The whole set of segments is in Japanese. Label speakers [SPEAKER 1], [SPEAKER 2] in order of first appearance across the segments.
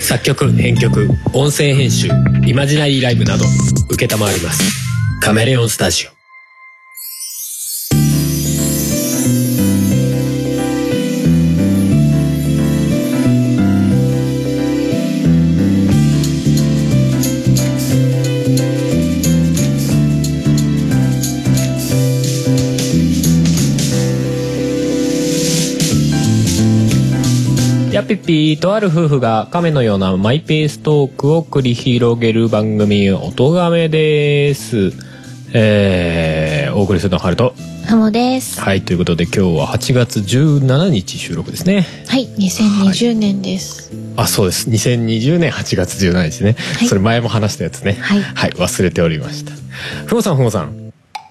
[SPEAKER 1] 作曲編曲音声編集イマジナリーライブなど承りますカメレオンスタジオやっぴっぴーとある夫婦が亀のようなマイペーストークを繰り広げる番組「音亀」ですえー、お送りするのはハルト
[SPEAKER 2] ハモです。は
[SPEAKER 1] はいということで今日は8月17日収録ですね
[SPEAKER 2] い、2020年です。
[SPEAKER 1] あそうです2020年8月17日ですね、
[SPEAKER 2] はい
[SPEAKER 1] それ前も話したやつね
[SPEAKER 2] はい
[SPEAKER 1] 忘れておりましたふもさんふもさん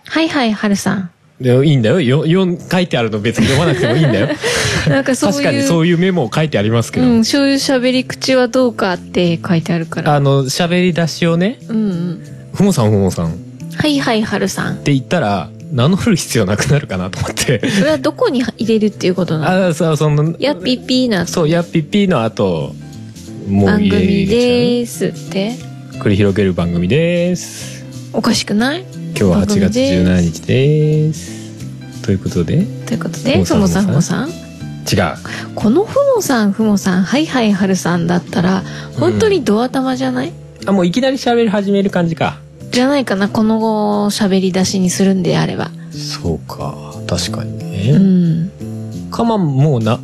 [SPEAKER 2] はいはい、はるさん。
[SPEAKER 1] でいいんだよよよ書いてあるの別に読まなくてもいいんだよ
[SPEAKER 2] なんか そういう、
[SPEAKER 1] 確かにそういうメモを書いてありますけど、
[SPEAKER 2] うん、そういう喋り口はどうかって書いてあるから。
[SPEAKER 1] あの喋り出しをね
[SPEAKER 2] うんうん。
[SPEAKER 1] ふもさんふもさん
[SPEAKER 2] はいはい、はるさん
[SPEAKER 1] っ。て言ったら名乗る必要なくなるかなと思って
[SPEAKER 2] それはどこに入れるっていうことなの
[SPEAKER 1] あそうその
[SPEAKER 2] やっぴっぴーな
[SPEAKER 1] そうやっぴっぴーの後もう
[SPEAKER 2] 番組
[SPEAKER 1] 入れ
[SPEAKER 2] でーすって。
[SPEAKER 1] 口だね繰り広げる番組です
[SPEAKER 2] おかしくない
[SPEAKER 1] 今日は
[SPEAKER 2] 番
[SPEAKER 1] 8
[SPEAKER 2] 組
[SPEAKER 1] 月
[SPEAKER 2] です
[SPEAKER 1] 17日ですということで違う
[SPEAKER 2] ということで、
[SPEAKER 1] ふ
[SPEAKER 2] ふ
[SPEAKER 1] も
[SPEAKER 2] も
[SPEAKER 1] さ
[SPEAKER 2] さ
[SPEAKER 1] ん
[SPEAKER 2] んふもさん。このふもさんふもさん、はいはい、はるさんだったら、本当にドア玉じゃない、
[SPEAKER 1] あもういきなり喋り始める感じか
[SPEAKER 2] じゃないかな、この後喋り出しにするんであれば。
[SPEAKER 1] そうか確かにね、
[SPEAKER 2] うん。
[SPEAKER 1] かまもうな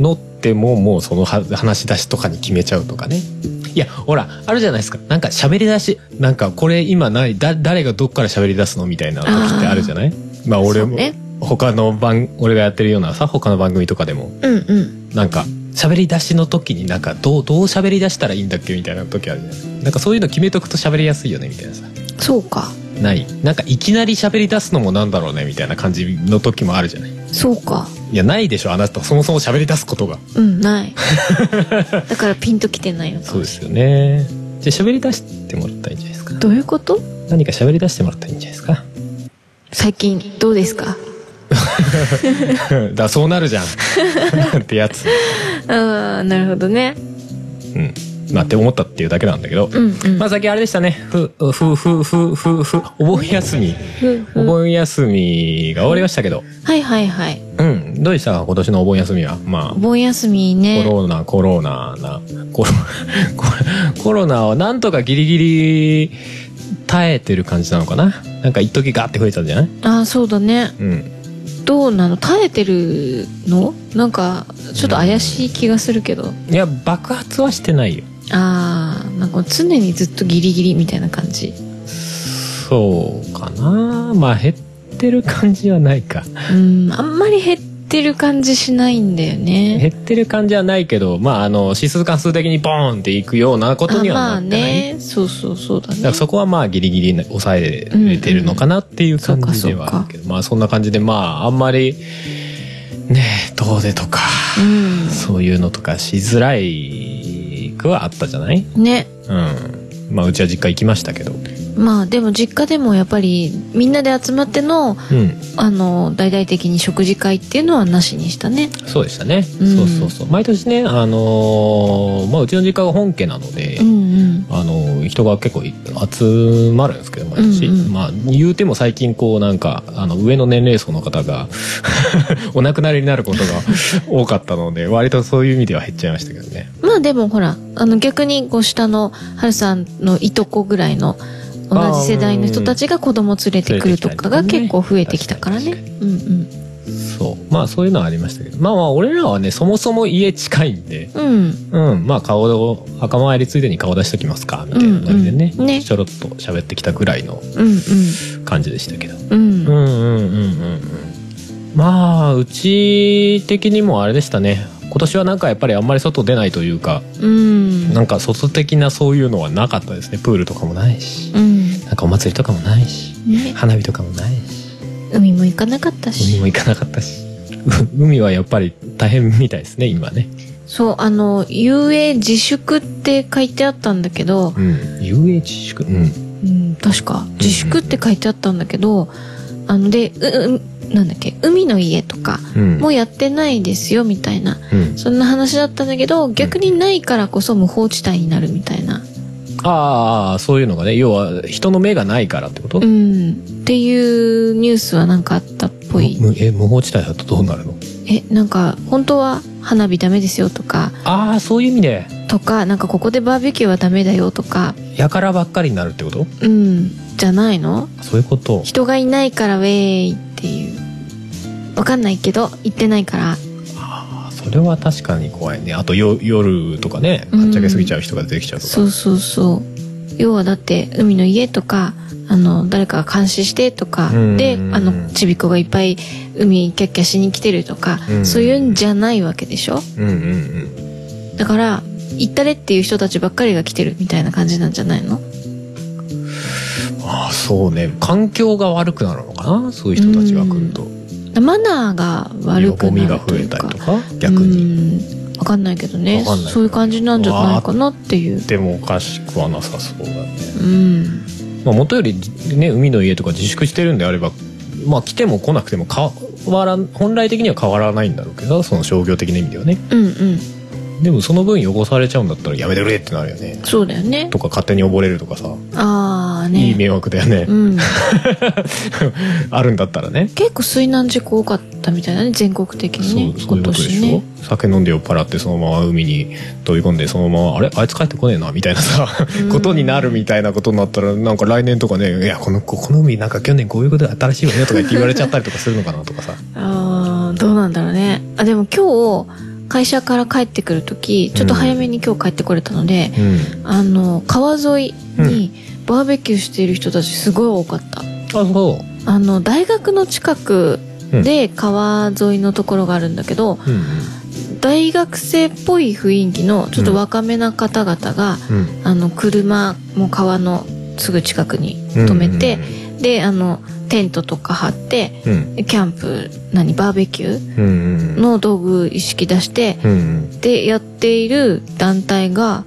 [SPEAKER 1] 乗ってももうそのは話し出しとかに決めちゃうとかねいやほらあるじゃないですかなんか喋り出しなんかこれ今ないだ誰がどっから喋り出すのみたいな時ってあるじゃないまあ俺
[SPEAKER 2] そ
[SPEAKER 1] も、
[SPEAKER 2] うね
[SPEAKER 1] 他の番俺がやってるようなさ他の番組とかでも
[SPEAKER 2] うんうん。
[SPEAKER 1] なんか喋り出しの時になんかどうどう喋り出したらいいんだっけみたいな時あるじゃないなんかそういうの決めとくと喋りやすいよねみたいなさ
[SPEAKER 2] そうか。
[SPEAKER 1] ないなんかいきなり喋り出すのもなんだろうねみたいな感じの時もあるじゃないい
[SPEAKER 2] そうか。
[SPEAKER 1] やないでしょあなたそもそも喋り出すことが
[SPEAKER 2] う ん、ない。だからピンときてないのか
[SPEAKER 1] そう
[SPEAKER 2] も
[SPEAKER 1] で
[SPEAKER 2] し
[SPEAKER 1] すよねじゃあ喋り出してもらったらいいんじゃないですか
[SPEAKER 2] れない。どういうこと
[SPEAKER 1] 何か喋り出してもらったらいいんじゃないですか
[SPEAKER 2] 最近どうですか
[SPEAKER 1] だからそうなるじゃんなんてやつ
[SPEAKER 2] ああ、なるほどね。
[SPEAKER 1] うんまあって思ったっていうだけなんだけど、
[SPEAKER 2] うんうん。
[SPEAKER 1] まあ先あれでしたねふふふふふふお盆休み
[SPEAKER 2] ふふ
[SPEAKER 1] お盆休みが終わりましたけど
[SPEAKER 2] はいはいはい。
[SPEAKER 1] うんどうでした今年のお盆休みはま
[SPEAKER 2] お盆休み
[SPEAKER 1] あコ
[SPEAKER 2] ね。
[SPEAKER 1] ロナコロナなコロ コロナをなんとかギリギリ耐えてる感じなのかななんか一時ガーって増えたんじゃない
[SPEAKER 2] ああ、そうだね。
[SPEAKER 1] うん
[SPEAKER 2] どうなの耐えてるのなんか、ちょっと怪しい気がするけど。
[SPEAKER 1] いや爆発はしてないよ
[SPEAKER 2] ああ、なんか常にずっとギリギリみたいな感じ。
[SPEAKER 1] そうかなまあ減ってる感じはないか
[SPEAKER 2] うん、あんまり減ってる感じしないんだよね。
[SPEAKER 1] 減ってる感じはないけどまああの指数関数的にボーンっていくようなことに
[SPEAKER 2] あま
[SPEAKER 1] はな
[SPEAKER 2] あ
[SPEAKER 1] ってない、
[SPEAKER 2] ね。そうそうそうだ
[SPEAKER 1] だか
[SPEAKER 2] ね
[SPEAKER 1] ら。そこはまあギリギリな抑えれてるのかなっていう感じではあるけど、まあそんな感じでまああんまりねえ遠出とか、
[SPEAKER 2] うん。
[SPEAKER 1] そういうのとかしづらいくはあったじゃない
[SPEAKER 2] ね
[SPEAKER 1] うん。まあうちは実家行きましたけど。う
[SPEAKER 2] まあでも実家でもやっぱりみんなで集まっての
[SPEAKER 1] ん。
[SPEAKER 2] あの大々的に食事会っていうのはなしにしたね
[SPEAKER 1] そうでしたね。
[SPEAKER 2] うん
[SPEAKER 1] そうそうそう。毎年ね、あのーまあうちの実家が本家なので、
[SPEAKER 2] うんうん
[SPEAKER 1] あの人が結構集まるんですけど毎年、
[SPEAKER 2] うんうん
[SPEAKER 1] まあ言うても最近こうなんかあの上の年齢層の方が お亡くなりになること が多かったので割とそういう意味では減っちゃいましたけどね
[SPEAKER 2] まあでもほらあの逆にこう下のはるさんのいとこぐらいの同じ世代の人たちが子供連れてくるとか
[SPEAKER 1] う
[SPEAKER 2] が
[SPEAKER 1] ん連れてきたりとかね
[SPEAKER 2] 結構増えてきたからね
[SPEAKER 1] 確
[SPEAKER 2] うん
[SPEAKER 1] そうまあそういうのはありましたけどまあまあ俺らはねそもそも家近いんで
[SPEAKER 2] うんうん
[SPEAKER 1] うんまあ顔を墓参りついでに顔出しときますかみたいなノリでね,、
[SPEAKER 2] うんうんね
[SPEAKER 1] ちょろっと喋ってきたぐらいの
[SPEAKER 2] うん
[SPEAKER 1] 感じでしたけど
[SPEAKER 2] うん
[SPEAKER 1] う
[SPEAKER 2] うん
[SPEAKER 1] んうんうんうんうんまあうち的にもあれでしたね今年はなんかやっぱりあんまり外出ないというか
[SPEAKER 2] うん
[SPEAKER 1] なんか外的なそういうのはなかったですねプールとかもないし
[SPEAKER 2] うん
[SPEAKER 1] なんかお祭りとかもないし
[SPEAKER 2] ね
[SPEAKER 1] 花火とかもないし
[SPEAKER 2] 海も行かなかった
[SPEAKER 1] 海
[SPEAKER 2] し
[SPEAKER 1] も行かなかったし う海はやっぱり大変みたいですね今ね
[SPEAKER 2] そうあの遊泳自粛って書いてあったんだけど
[SPEAKER 1] うん遊泳自粛うん
[SPEAKER 2] うん、確か自粛って書いてあったんだけど、あのでううなんだっけ海の家とか
[SPEAKER 1] うん
[SPEAKER 2] もうやってないですよみたいな
[SPEAKER 1] うん、
[SPEAKER 2] そんな話だったんだけど逆にないからこそ無法地帯になるみたいな
[SPEAKER 1] ああそういうのがね要は人の目がないからってこと、
[SPEAKER 2] うんっていうニュースはなんかあったっぽい
[SPEAKER 1] むえ無法地帯だとどうなるの
[SPEAKER 2] えなんか本当は花火ダメですよとか
[SPEAKER 1] ああそういう意味で
[SPEAKER 2] とかなんかここでバーベキューはダメだよとか
[SPEAKER 1] やからばっかりになるってこと
[SPEAKER 2] うんじゃないの
[SPEAKER 1] そういうこと
[SPEAKER 2] 人がいないからウェーイっていうわかんないけど行ってないから
[SPEAKER 1] ああそれは確かに怖いねあとよ夜とかね
[SPEAKER 2] うん
[SPEAKER 1] はっちゃけすぎちゃう人が出てきちゃうとか、
[SPEAKER 2] そうそうそう要はだって海の家とかあの誰かが監視してとか
[SPEAKER 1] うん
[SPEAKER 2] であのちびっ子がいっぱい海キャッキャしに来てるとか
[SPEAKER 1] うん
[SPEAKER 2] そういうんじゃないわけでしょ
[SPEAKER 1] うんうんうん
[SPEAKER 2] だから行ったれっていう人たちばっかりが来てるみたいな感じなんじゃないの
[SPEAKER 1] ああそうね環境が悪くなるのかなそういう人たちが来ると
[SPEAKER 2] マナーが悪く
[SPEAKER 1] ゴミ
[SPEAKER 2] な
[SPEAKER 1] が
[SPEAKER 2] ると
[SPEAKER 1] 増
[SPEAKER 2] い
[SPEAKER 1] え
[SPEAKER 2] う
[SPEAKER 1] た
[SPEAKER 2] か
[SPEAKER 1] りとか逆に
[SPEAKER 2] うんわかんないけどね
[SPEAKER 1] わかんないけど
[SPEAKER 2] そういう感じなんじゃないかなっていう
[SPEAKER 1] でもおかしくはなさそうだね、
[SPEAKER 2] うん
[SPEAKER 1] まあ、元よりね海の家とか自粛してるんであればまあ来ても来なくても変わらん本来的には変わらないんだろうけどその商業的な意味ではね
[SPEAKER 2] うんうん
[SPEAKER 1] でもその分汚されちゃうんだったらやめてくれってなるよね
[SPEAKER 2] そうだよね
[SPEAKER 1] とか勝手に溺れるとかさ、
[SPEAKER 2] ああね
[SPEAKER 1] いい迷惑だよね、
[SPEAKER 2] うん、
[SPEAKER 1] あるんだったらね
[SPEAKER 2] 結構水難事故多かったみたいだね全国的にね
[SPEAKER 1] そうそうい
[SPEAKER 2] 今
[SPEAKER 1] うことで
[SPEAKER 2] 年
[SPEAKER 1] しょ、
[SPEAKER 2] ね
[SPEAKER 1] 酒飲んで酔っ払ってそのまま海に飛び込んでそのままあれあいつ帰ってこねえなみたいなさ、
[SPEAKER 2] うん
[SPEAKER 1] ことになるみたいなことになったらなんか来年とかね「いやこのここの海なんか去年こういうことで新しいよね」とか言って言われちゃったりとかするのかなとかさ
[SPEAKER 2] あーどうなんだろうねあでも今日会社から帰ってくる時ちょっと早めに今日帰ってこれたので、
[SPEAKER 1] うん
[SPEAKER 2] あの川沿いにバーベキューしている人たちすごい多かった
[SPEAKER 1] あそ
[SPEAKER 2] あの大学の近くで川沿いのところがあるんだけど、
[SPEAKER 1] ううん
[SPEAKER 2] 大学生っぽい雰囲気のちょっと若めな方々が、
[SPEAKER 1] うん
[SPEAKER 2] あの車も川のすぐ近くに
[SPEAKER 1] うん
[SPEAKER 2] 止めて、であのテントとか張って
[SPEAKER 1] うん
[SPEAKER 2] キャンプ何バーベキュー
[SPEAKER 1] うんうん
[SPEAKER 2] の道具一式出して
[SPEAKER 1] うんうん
[SPEAKER 2] でやっている団体が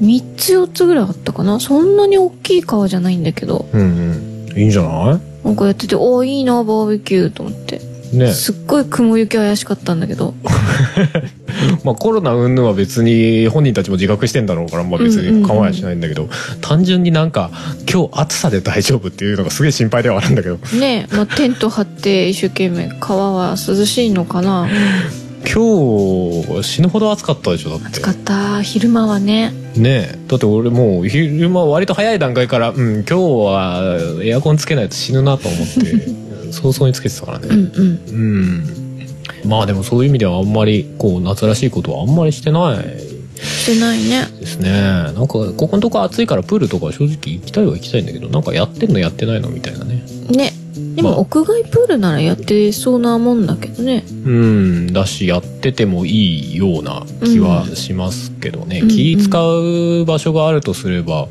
[SPEAKER 2] 3つ4つぐらいあったかなそんなに大きい川じゃないんだけど
[SPEAKER 1] うんうんいいんじゃな
[SPEAKER 2] なんかやってておーいいなバーベキューと思って
[SPEAKER 1] いね
[SPEAKER 2] すっごい雲行き怪しかったんだけど
[SPEAKER 1] まあコロナ云々は別に本人たちも自覚してんだろうから、まあ、別に構えしないんだけど、単純になんか今日暑さで大丈夫っていうのがすげえ心配ではあるんだけど
[SPEAKER 2] ねえ、まあ、テント張って一生懸命川は涼しいのかな
[SPEAKER 1] 今日死ぬほど暑かったでしょだって
[SPEAKER 2] 暑かった昼間はね
[SPEAKER 1] ねえだって俺もう昼間割と早い段階から、うん、今日はエアコンつけないと死ぬなと思って 早々につけてたから
[SPEAKER 2] う
[SPEAKER 1] ね
[SPEAKER 2] んうん
[SPEAKER 1] うんまあでもそういう意味ではあんまりこう夏らしいことはあんまりしてない
[SPEAKER 2] してないね
[SPEAKER 1] ですねなんかここのとこ暑いからプールとかは正直行きたいは行きたいんだけどなんかやってんのやってないのみたいなね
[SPEAKER 2] ねで
[SPEAKER 1] まあ
[SPEAKER 2] も屋外プールならやってそうなもんだけどね
[SPEAKER 1] うんだしやっててもいいような気はしますけどね、
[SPEAKER 2] うん
[SPEAKER 1] 気使う場所があるとすれば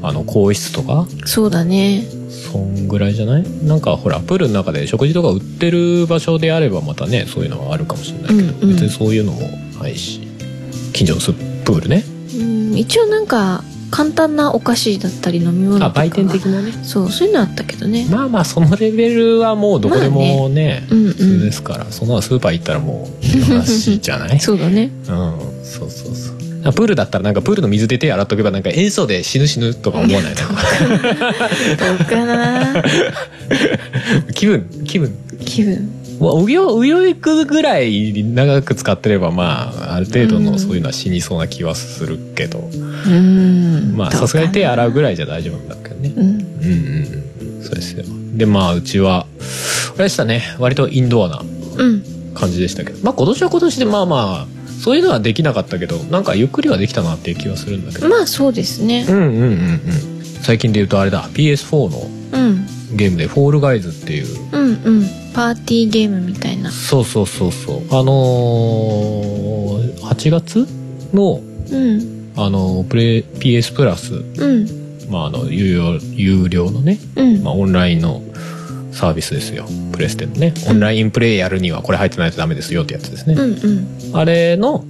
[SPEAKER 1] あの更衣室とか
[SPEAKER 2] そうだね
[SPEAKER 1] そんぐらいじゃないなんかほらプールの中で食事とか売ってる場所であればまたねそういうのはあるかもしれないけど、
[SPEAKER 2] うんうん
[SPEAKER 1] 別にそういうのもないし近所のスープールね
[SPEAKER 2] うん一応なんか簡単なお菓子だったり飲み物とか
[SPEAKER 1] あ
[SPEAKER 2] は
[SPEAKER 1] 売店的なね
[SPEAKER 2] そうそういうのあったけどね
[SPEAKER 1] まあまあそのレベルはもうどこでもね,、
[SPEAKER 2] うんう
[SPEAKER 1] 普通で
[SPEAKER 2] ん
[SPEAKER 1] すからそんなのスーパー行ったらもうの話じゃ ない
[SPEAKER 2] そうだね
[SPEAKER 1] うん、そうそうそうあプールだったらなんかプールの水で手洗っとけばなんか塩素で死ぬ死ぬとか思わないな
[SPEAKER 2] どうかな
[SPEAKER 1] 気分気分
[SPEAKER 2] 気分
[SPEAKER 1] まあおぎょうよいくぐらい長く使ってればまあある程度
[SPEAKER 2] う
[SPEAKER 1] の
[SPEAKER 2] ん
[SPEAKER 1] そういうのは死にそうな気はするけど、
[SPEAKER 2] うん
[SPEAKER 1] まあ
[SPEAKER 2] どうかな
[SPEAKER 1] さすがに手洗うぐらいじゃ大丈夫だけどね
[SPEAKER 2] う
[SPEAKER 1] う
[SPEAKER 2] ん
[SPEAKER 1] んうんうんそうですよでまあうちはあれでしたね割とインドアな
[SPEAKER 2] うん
[SPEAKER 1] 感じでしたけどまあ今年は今年でまあまあそういうのはできなかったけどなんかゆっくりはできたなっていう気はするんだけど
[SPEAKER 2] まあそうですね
[SPEAKER 1] うんうんうんうん最近で言うとあれだ PS4 の
[SPEAKER 2] うん
[SPEAKER 1] ゲームで「フォールガイズ」っていう
[SPEAKER 2] うんうんパーティーゲームみたいな
[SPEAKER 1] そうそうそうそうあのー、8月の
[SPEAKER 2] うん
[SPEAKER 1] あのプレ PS プラス、
[SPEAKER 2] うん
[SPEAKER 1] まあ、あの有料有料のね、
[SPEAKER 2] うん
[SPEAKER 1] まあ、オンラインのサービスですよプレステのねオンラインプレイやるにはこれ入ってないとダメですよってやつですね、
[SPEAKER 2] うんうん
[SPEAKER 1] あれの、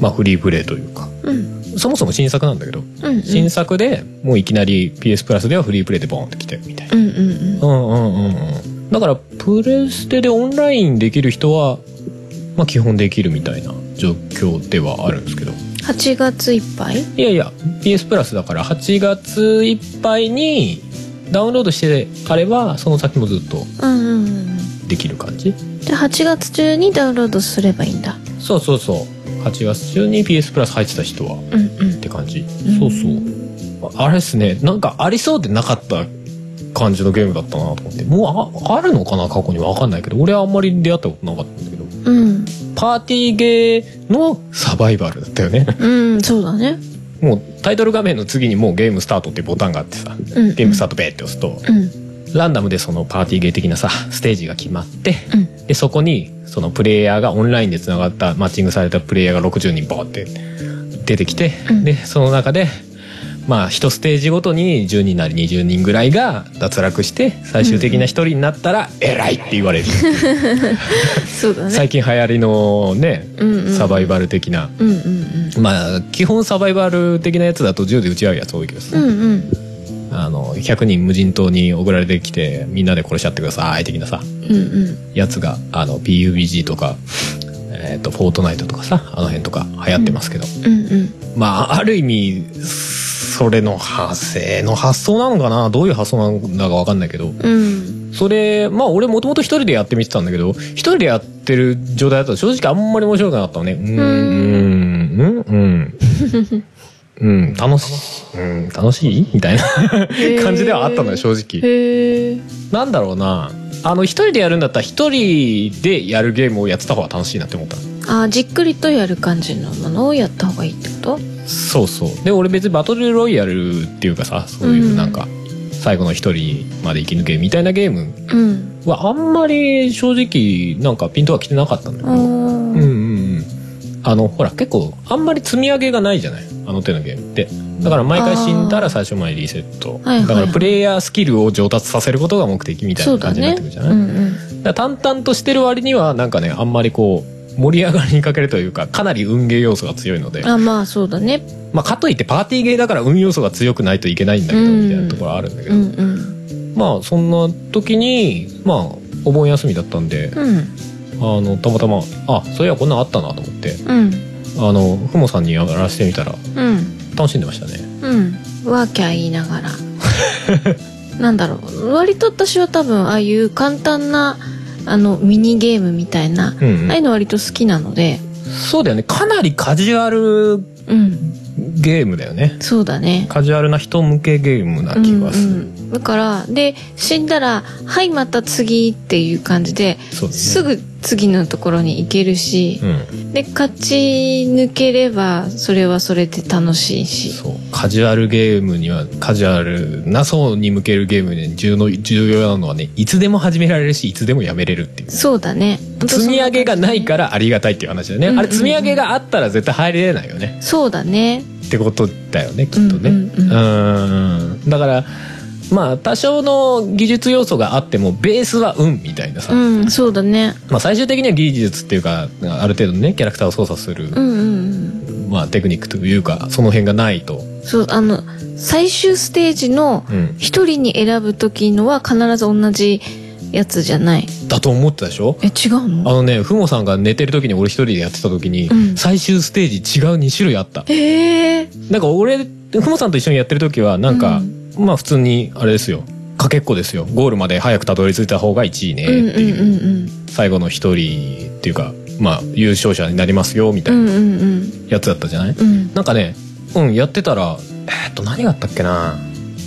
[SPEAKER 1] まあ、フリープレイというか
[SPEAKER 2] うん
[SPEAKER 1] そもそも新作なんだけど
[SPEAKER 2] うんうん
[SPEAKER 1] 新作でもういきなり PS プラスではフリープレイでボーンって来てるみたいな
[SPEAKER 2] うんうんう
[SPEAKER 1] う
[SPEAKER 2] ん
[SPEAKER 1] んうんうんうんだからプレステでオンラインできる人は、まあ、基本できるみたいな状況ではあるんですけど
[SPEAKER 2] 8月いっぱい
[SPEAKER 1] いやいや PS プラスだから8月いっぱいにダウンロードしてあればその先もずっと
[SPEAKER 2] うんうんうん
[SPEAKER 1] できる感じ
[SPEAKER 2] じゃあ8月中にダウンロードすればいいんだ
[SPEAKER 1] そうそうそう8月中に PS プラス入ってた人はっ
[SPEAKER 2] うんうん
[SPEAKER 1] て感じ、
[SPEAKER 2] ん
[SPEAKER 1] そうそうああれですねなんかありそうでなかった感じのゲームだったなと思ってもうああるのかな過去には分かんないけど俺はあんまり出会ったことなかったんだけど
[SPEAKER 2] うん
[SPEAKER 1] パーティーゲーのサバイバルだったよね
[SPEAKER 2] うんそうだね
[SPEAKER 1] もうタイトル画面の次にもうゲームスタートってボタンがあってさ
[SPEAKER 2] うんうん
[SPEAKER 1] ゲームスタートベーって押すと
[SPEAKER 2] うん
[SPEAKER 1] ランダムでそのパーティーゲー的なさステージが決まって
[SPEAKER 2] うん
[SPEAKER 1] でそこにそのプレイヤーがオンラインでつながったマッチングされたプレイヤーが60人ボーって出てきて、
[SPEAKER 2] うん
[SPEAKER 1] でその中でまあ1ステージごとに10人なり20人ぐらいが脱落して最終的な1人になったら「偉い!」って言わ れる、
[SPEAKER 2] そうだね
[SPEAKER 1] 最近流行りのね
[SPEAKER 2] うんうん
[SPEAKER 1] サバイバル的な、
[SPEAKER 2] うんうん
[SPEAKER 1] まあ基本サバイバル的なやつだと銃で撃ち合うやつ多いけど
[SPEAKER 2] う
[SPEAKER 1] さ、
[SPEAKER 2] んうんうん
[SPEAKER 1] あの100人無人島に送られてきてみんなで殺し合ってください的なさ
[SPEAKER 2] うんうん
[SPEAKER 1] やつがあの PUBG とか、えー、とフォートナイトとかさあの辺とか流行ってますけど、
[SPEAKER 2] うんうん
[SPEAKER 1] まあある意味それの発生の発想なのかなどういう発想なのかわかんないけど
[SPEAKER 2] うん
[SPEAKER 1] それまあ俺もともと一人でやってみてたんだけど一人でやってる状態だと正直あんまり面白くなかったのねうーんうんうんうん、うん、楽しい、うん、楽しいみたいな 感じではあったのよ正直
[SPEAKER 2] へえ
[SPEAKER 1] なんだろうなあの一人でやるんだったら一人でやるゲームをやってた方が楽しいなって思った
[SPEAKER 2] あーじっくりとやる感じのものをやった方がいいってこと
[SPEAKER 1] そうそうで俺別にバトルロイヤルっていうかさそういうなんか最後の一人まで生き抜けみたいなゲーム
[SPEAKER 2] うん
[SPEAKER 1] はあんまり正直なんかピントは来てなかったんだけ
[SPEAKER 2] あ
[SPEAKER 1] どうんうん
[SPEAKER 2] ー
[SPEAKER 1] うんあのほら結構あんまり積み上げがないじゃないあの手のゲームってだから毎回死んだら最初前リセット
[SPEAKER 2] はいはいはい
[SPEAKER 1] だからプレイヤースキルを上達させることが目的みたい
[SPEAKER 2] そ
[SPEAKER 1] な
[SPEAKER 2] うだ
[SPEAKER 1] 感じになってくる
[SPEAKER 2] ね
[SPEAKER 1] じゃ
[SPEAKER 2] う
[SPEAKER 1] ない、
[SPEAKER 2] んうん
[SPEAKER 1] だから淡々としてる割にはなんかねあんまりこう盛り上がりにかけるというかかなり運ゲー要素が強いので
[SPEAKER 2] あまあそうだね
[SPEAKER 1] まあ、かといってパーティーゲーだから運要素が強くないといけないんだけど
[SPEAKER 2] うん
[SPEAKER 1] みたいなところはあるんだけ
[SPEAKER 2] う
[SPEAKER 1] ど、
[SPEAKER 2] んうん
[SPEAKER 1] まあそんな時にまあお盆休みだったんで、
[SPEAKER 2] うん
[SPEAKER 1] あのたまたまあそういやこんなんあったなと思って
[SPEAKER 2] うん
[SPEAKER 1] あのふもさんにやらせてみたら
[SPEAKER 2] うん
[SPEAKER 1] 楽しんでましたね
[SPEAKER 2] うんワーキャー言いながらなんだろう割と私は多分ああいう簡単なあのミニゲームみたいな、
[SPEAKER 1] うんうん
[SPEAKER 2] ああいうの割と好きなので
[SPEAKER 1] そうだよねかなりカジュアル
[SPEAKER 2] うん
[SPEAKER 1] ゲームだよね
[SPEAKER 2] そうだね
[SPEAKER 1] カジュアルな人向けゲームな気がする、
[SPEAKER 2] うんうん、だからで死んだら「はいまた次」っていう感じで
[SPEAKER 1] そうだね
[SPEAKER 2] すぐ次のところに行けるし
[SPEAKER 1] う、ん
[SPEAKER 2] で勝ち抜ければそれはそれで楽しいし
[SPEAKER 1] そうカジュアルゲームにはカジュアルな層に向けるゲームに重の重要なのはねいつでも始められるしいつでもやめれるっていう
[SPEAKER 2] そうだねほんとそ
[SPEAKER 1] 積
[SPEAKER 2] ん
[SPEAKER 1] み
[SPEAKER 2] な
[SPEAKER 1] 上げがない
[SPEAKER 2] 感
[SPEAKER 1] からありがたいっていう話だよね、
[SPEAKER 2] うんうんうん
[SPEAKER 1] あれ積み上げがあったら絶対入れないよね
[SPEAKER 2] じそうだね
[SPEAKER 1] ってことだよねきっとね
[SPEAKER 2] うんうんうん
[SPEAKER 1] ーんだからまあ多少の技術要素があってもベースは運みたいなさ、
[SPEAKER 2] うんそうだね
[SPEAKER 1] まあ、最終的には技術っていうかある程度のねキャラクターを操作する、
[SPEAKER 2] うんうん
[SPEAKER 1] まあ、テクニックというかその辺がないと、
[SPEAKER 2] うんそうあの最終ステージの
[SPEAKER 1] うん、
[SPEAKER 2] 一人に選ぶ時のは必ず同じやつじゃない
[SPEAKER 1] だと思ってたでしょ
[SPEAKER 2] え違う
[SPEAKER 1] あ
[SPEAKER 2] の
[SPEAKER 1] のねふもさんが寝てる時に俺一人でやってた時に、
[SPEAKER 2] うん
[SPEAKER 1] 最終ステージ違う2種類あった
[SPEAKER 2] ええ
[SPEAKER 1] なんか俺ふもさんと一緒にやってる時はなんか、まあ普通にあれですよかけっこですよゴールまで早くたどり着いた方が1位ねって
[SPEAKER 2] うんうん
[SPEAKER 1] いう,、
[SPEAKER 2] うんうん
[SPEAKER 1] 最後の一人っていうかまあ優勝者になりますよみた
[SPEAKER 2] う
[SPEAKER 1] い
[SPEAKER 2] ん
[SPEAKER 1] な
[SPEAKER 2] うんうん
[SPEAKER 1] やつだったじゃない、
[SPEAKER 2] うん
[SPEAKER 1] なんかねうんやってたらえーっと何があったっけな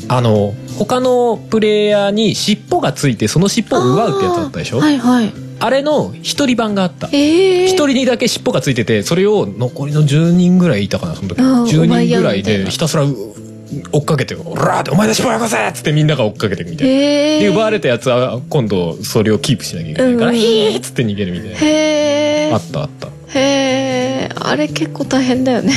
[SPEAKER 1] あの他のプレイヤーに尻尾がついてその尻尾を奪うってやつだったでしょあ,、
[SPEAKER 2] はいはい
[SPEAKER 1] れの一人版があった
[SPEAKER 2] ええー、
[SPEAKER 1] 一人にだけ尻尾がついててそれを残りの10人ぐらいいたかなその時
[SPEAKER 2] あー
[SPEAKER 1] 10人ぐらい
[SPEAKER 2] お前やみたい
[SPEAKER 1] で
[SPEAKER 2] な
[SPEAKER 1] ひたすらう追っかけて「おら!」って「お前の尻尾よこせ!」っつってみんなが追っかけてみたいな。
[SPEAKER 2] ええー、
[SPEAKER 1] で奪われたやつは今度それをキープしなきゃいけないから「
[SPEAKER 2] うん
[SPEAKER 1] ヒー!」っつって逃げるみたい
[SPEAKER 2] へ
[SPEAKER 1] なあ
[SPEAKER 2] え
[SPEAKER 1] ったあった
[SPEAKER 2] へえあれ結構大変だよね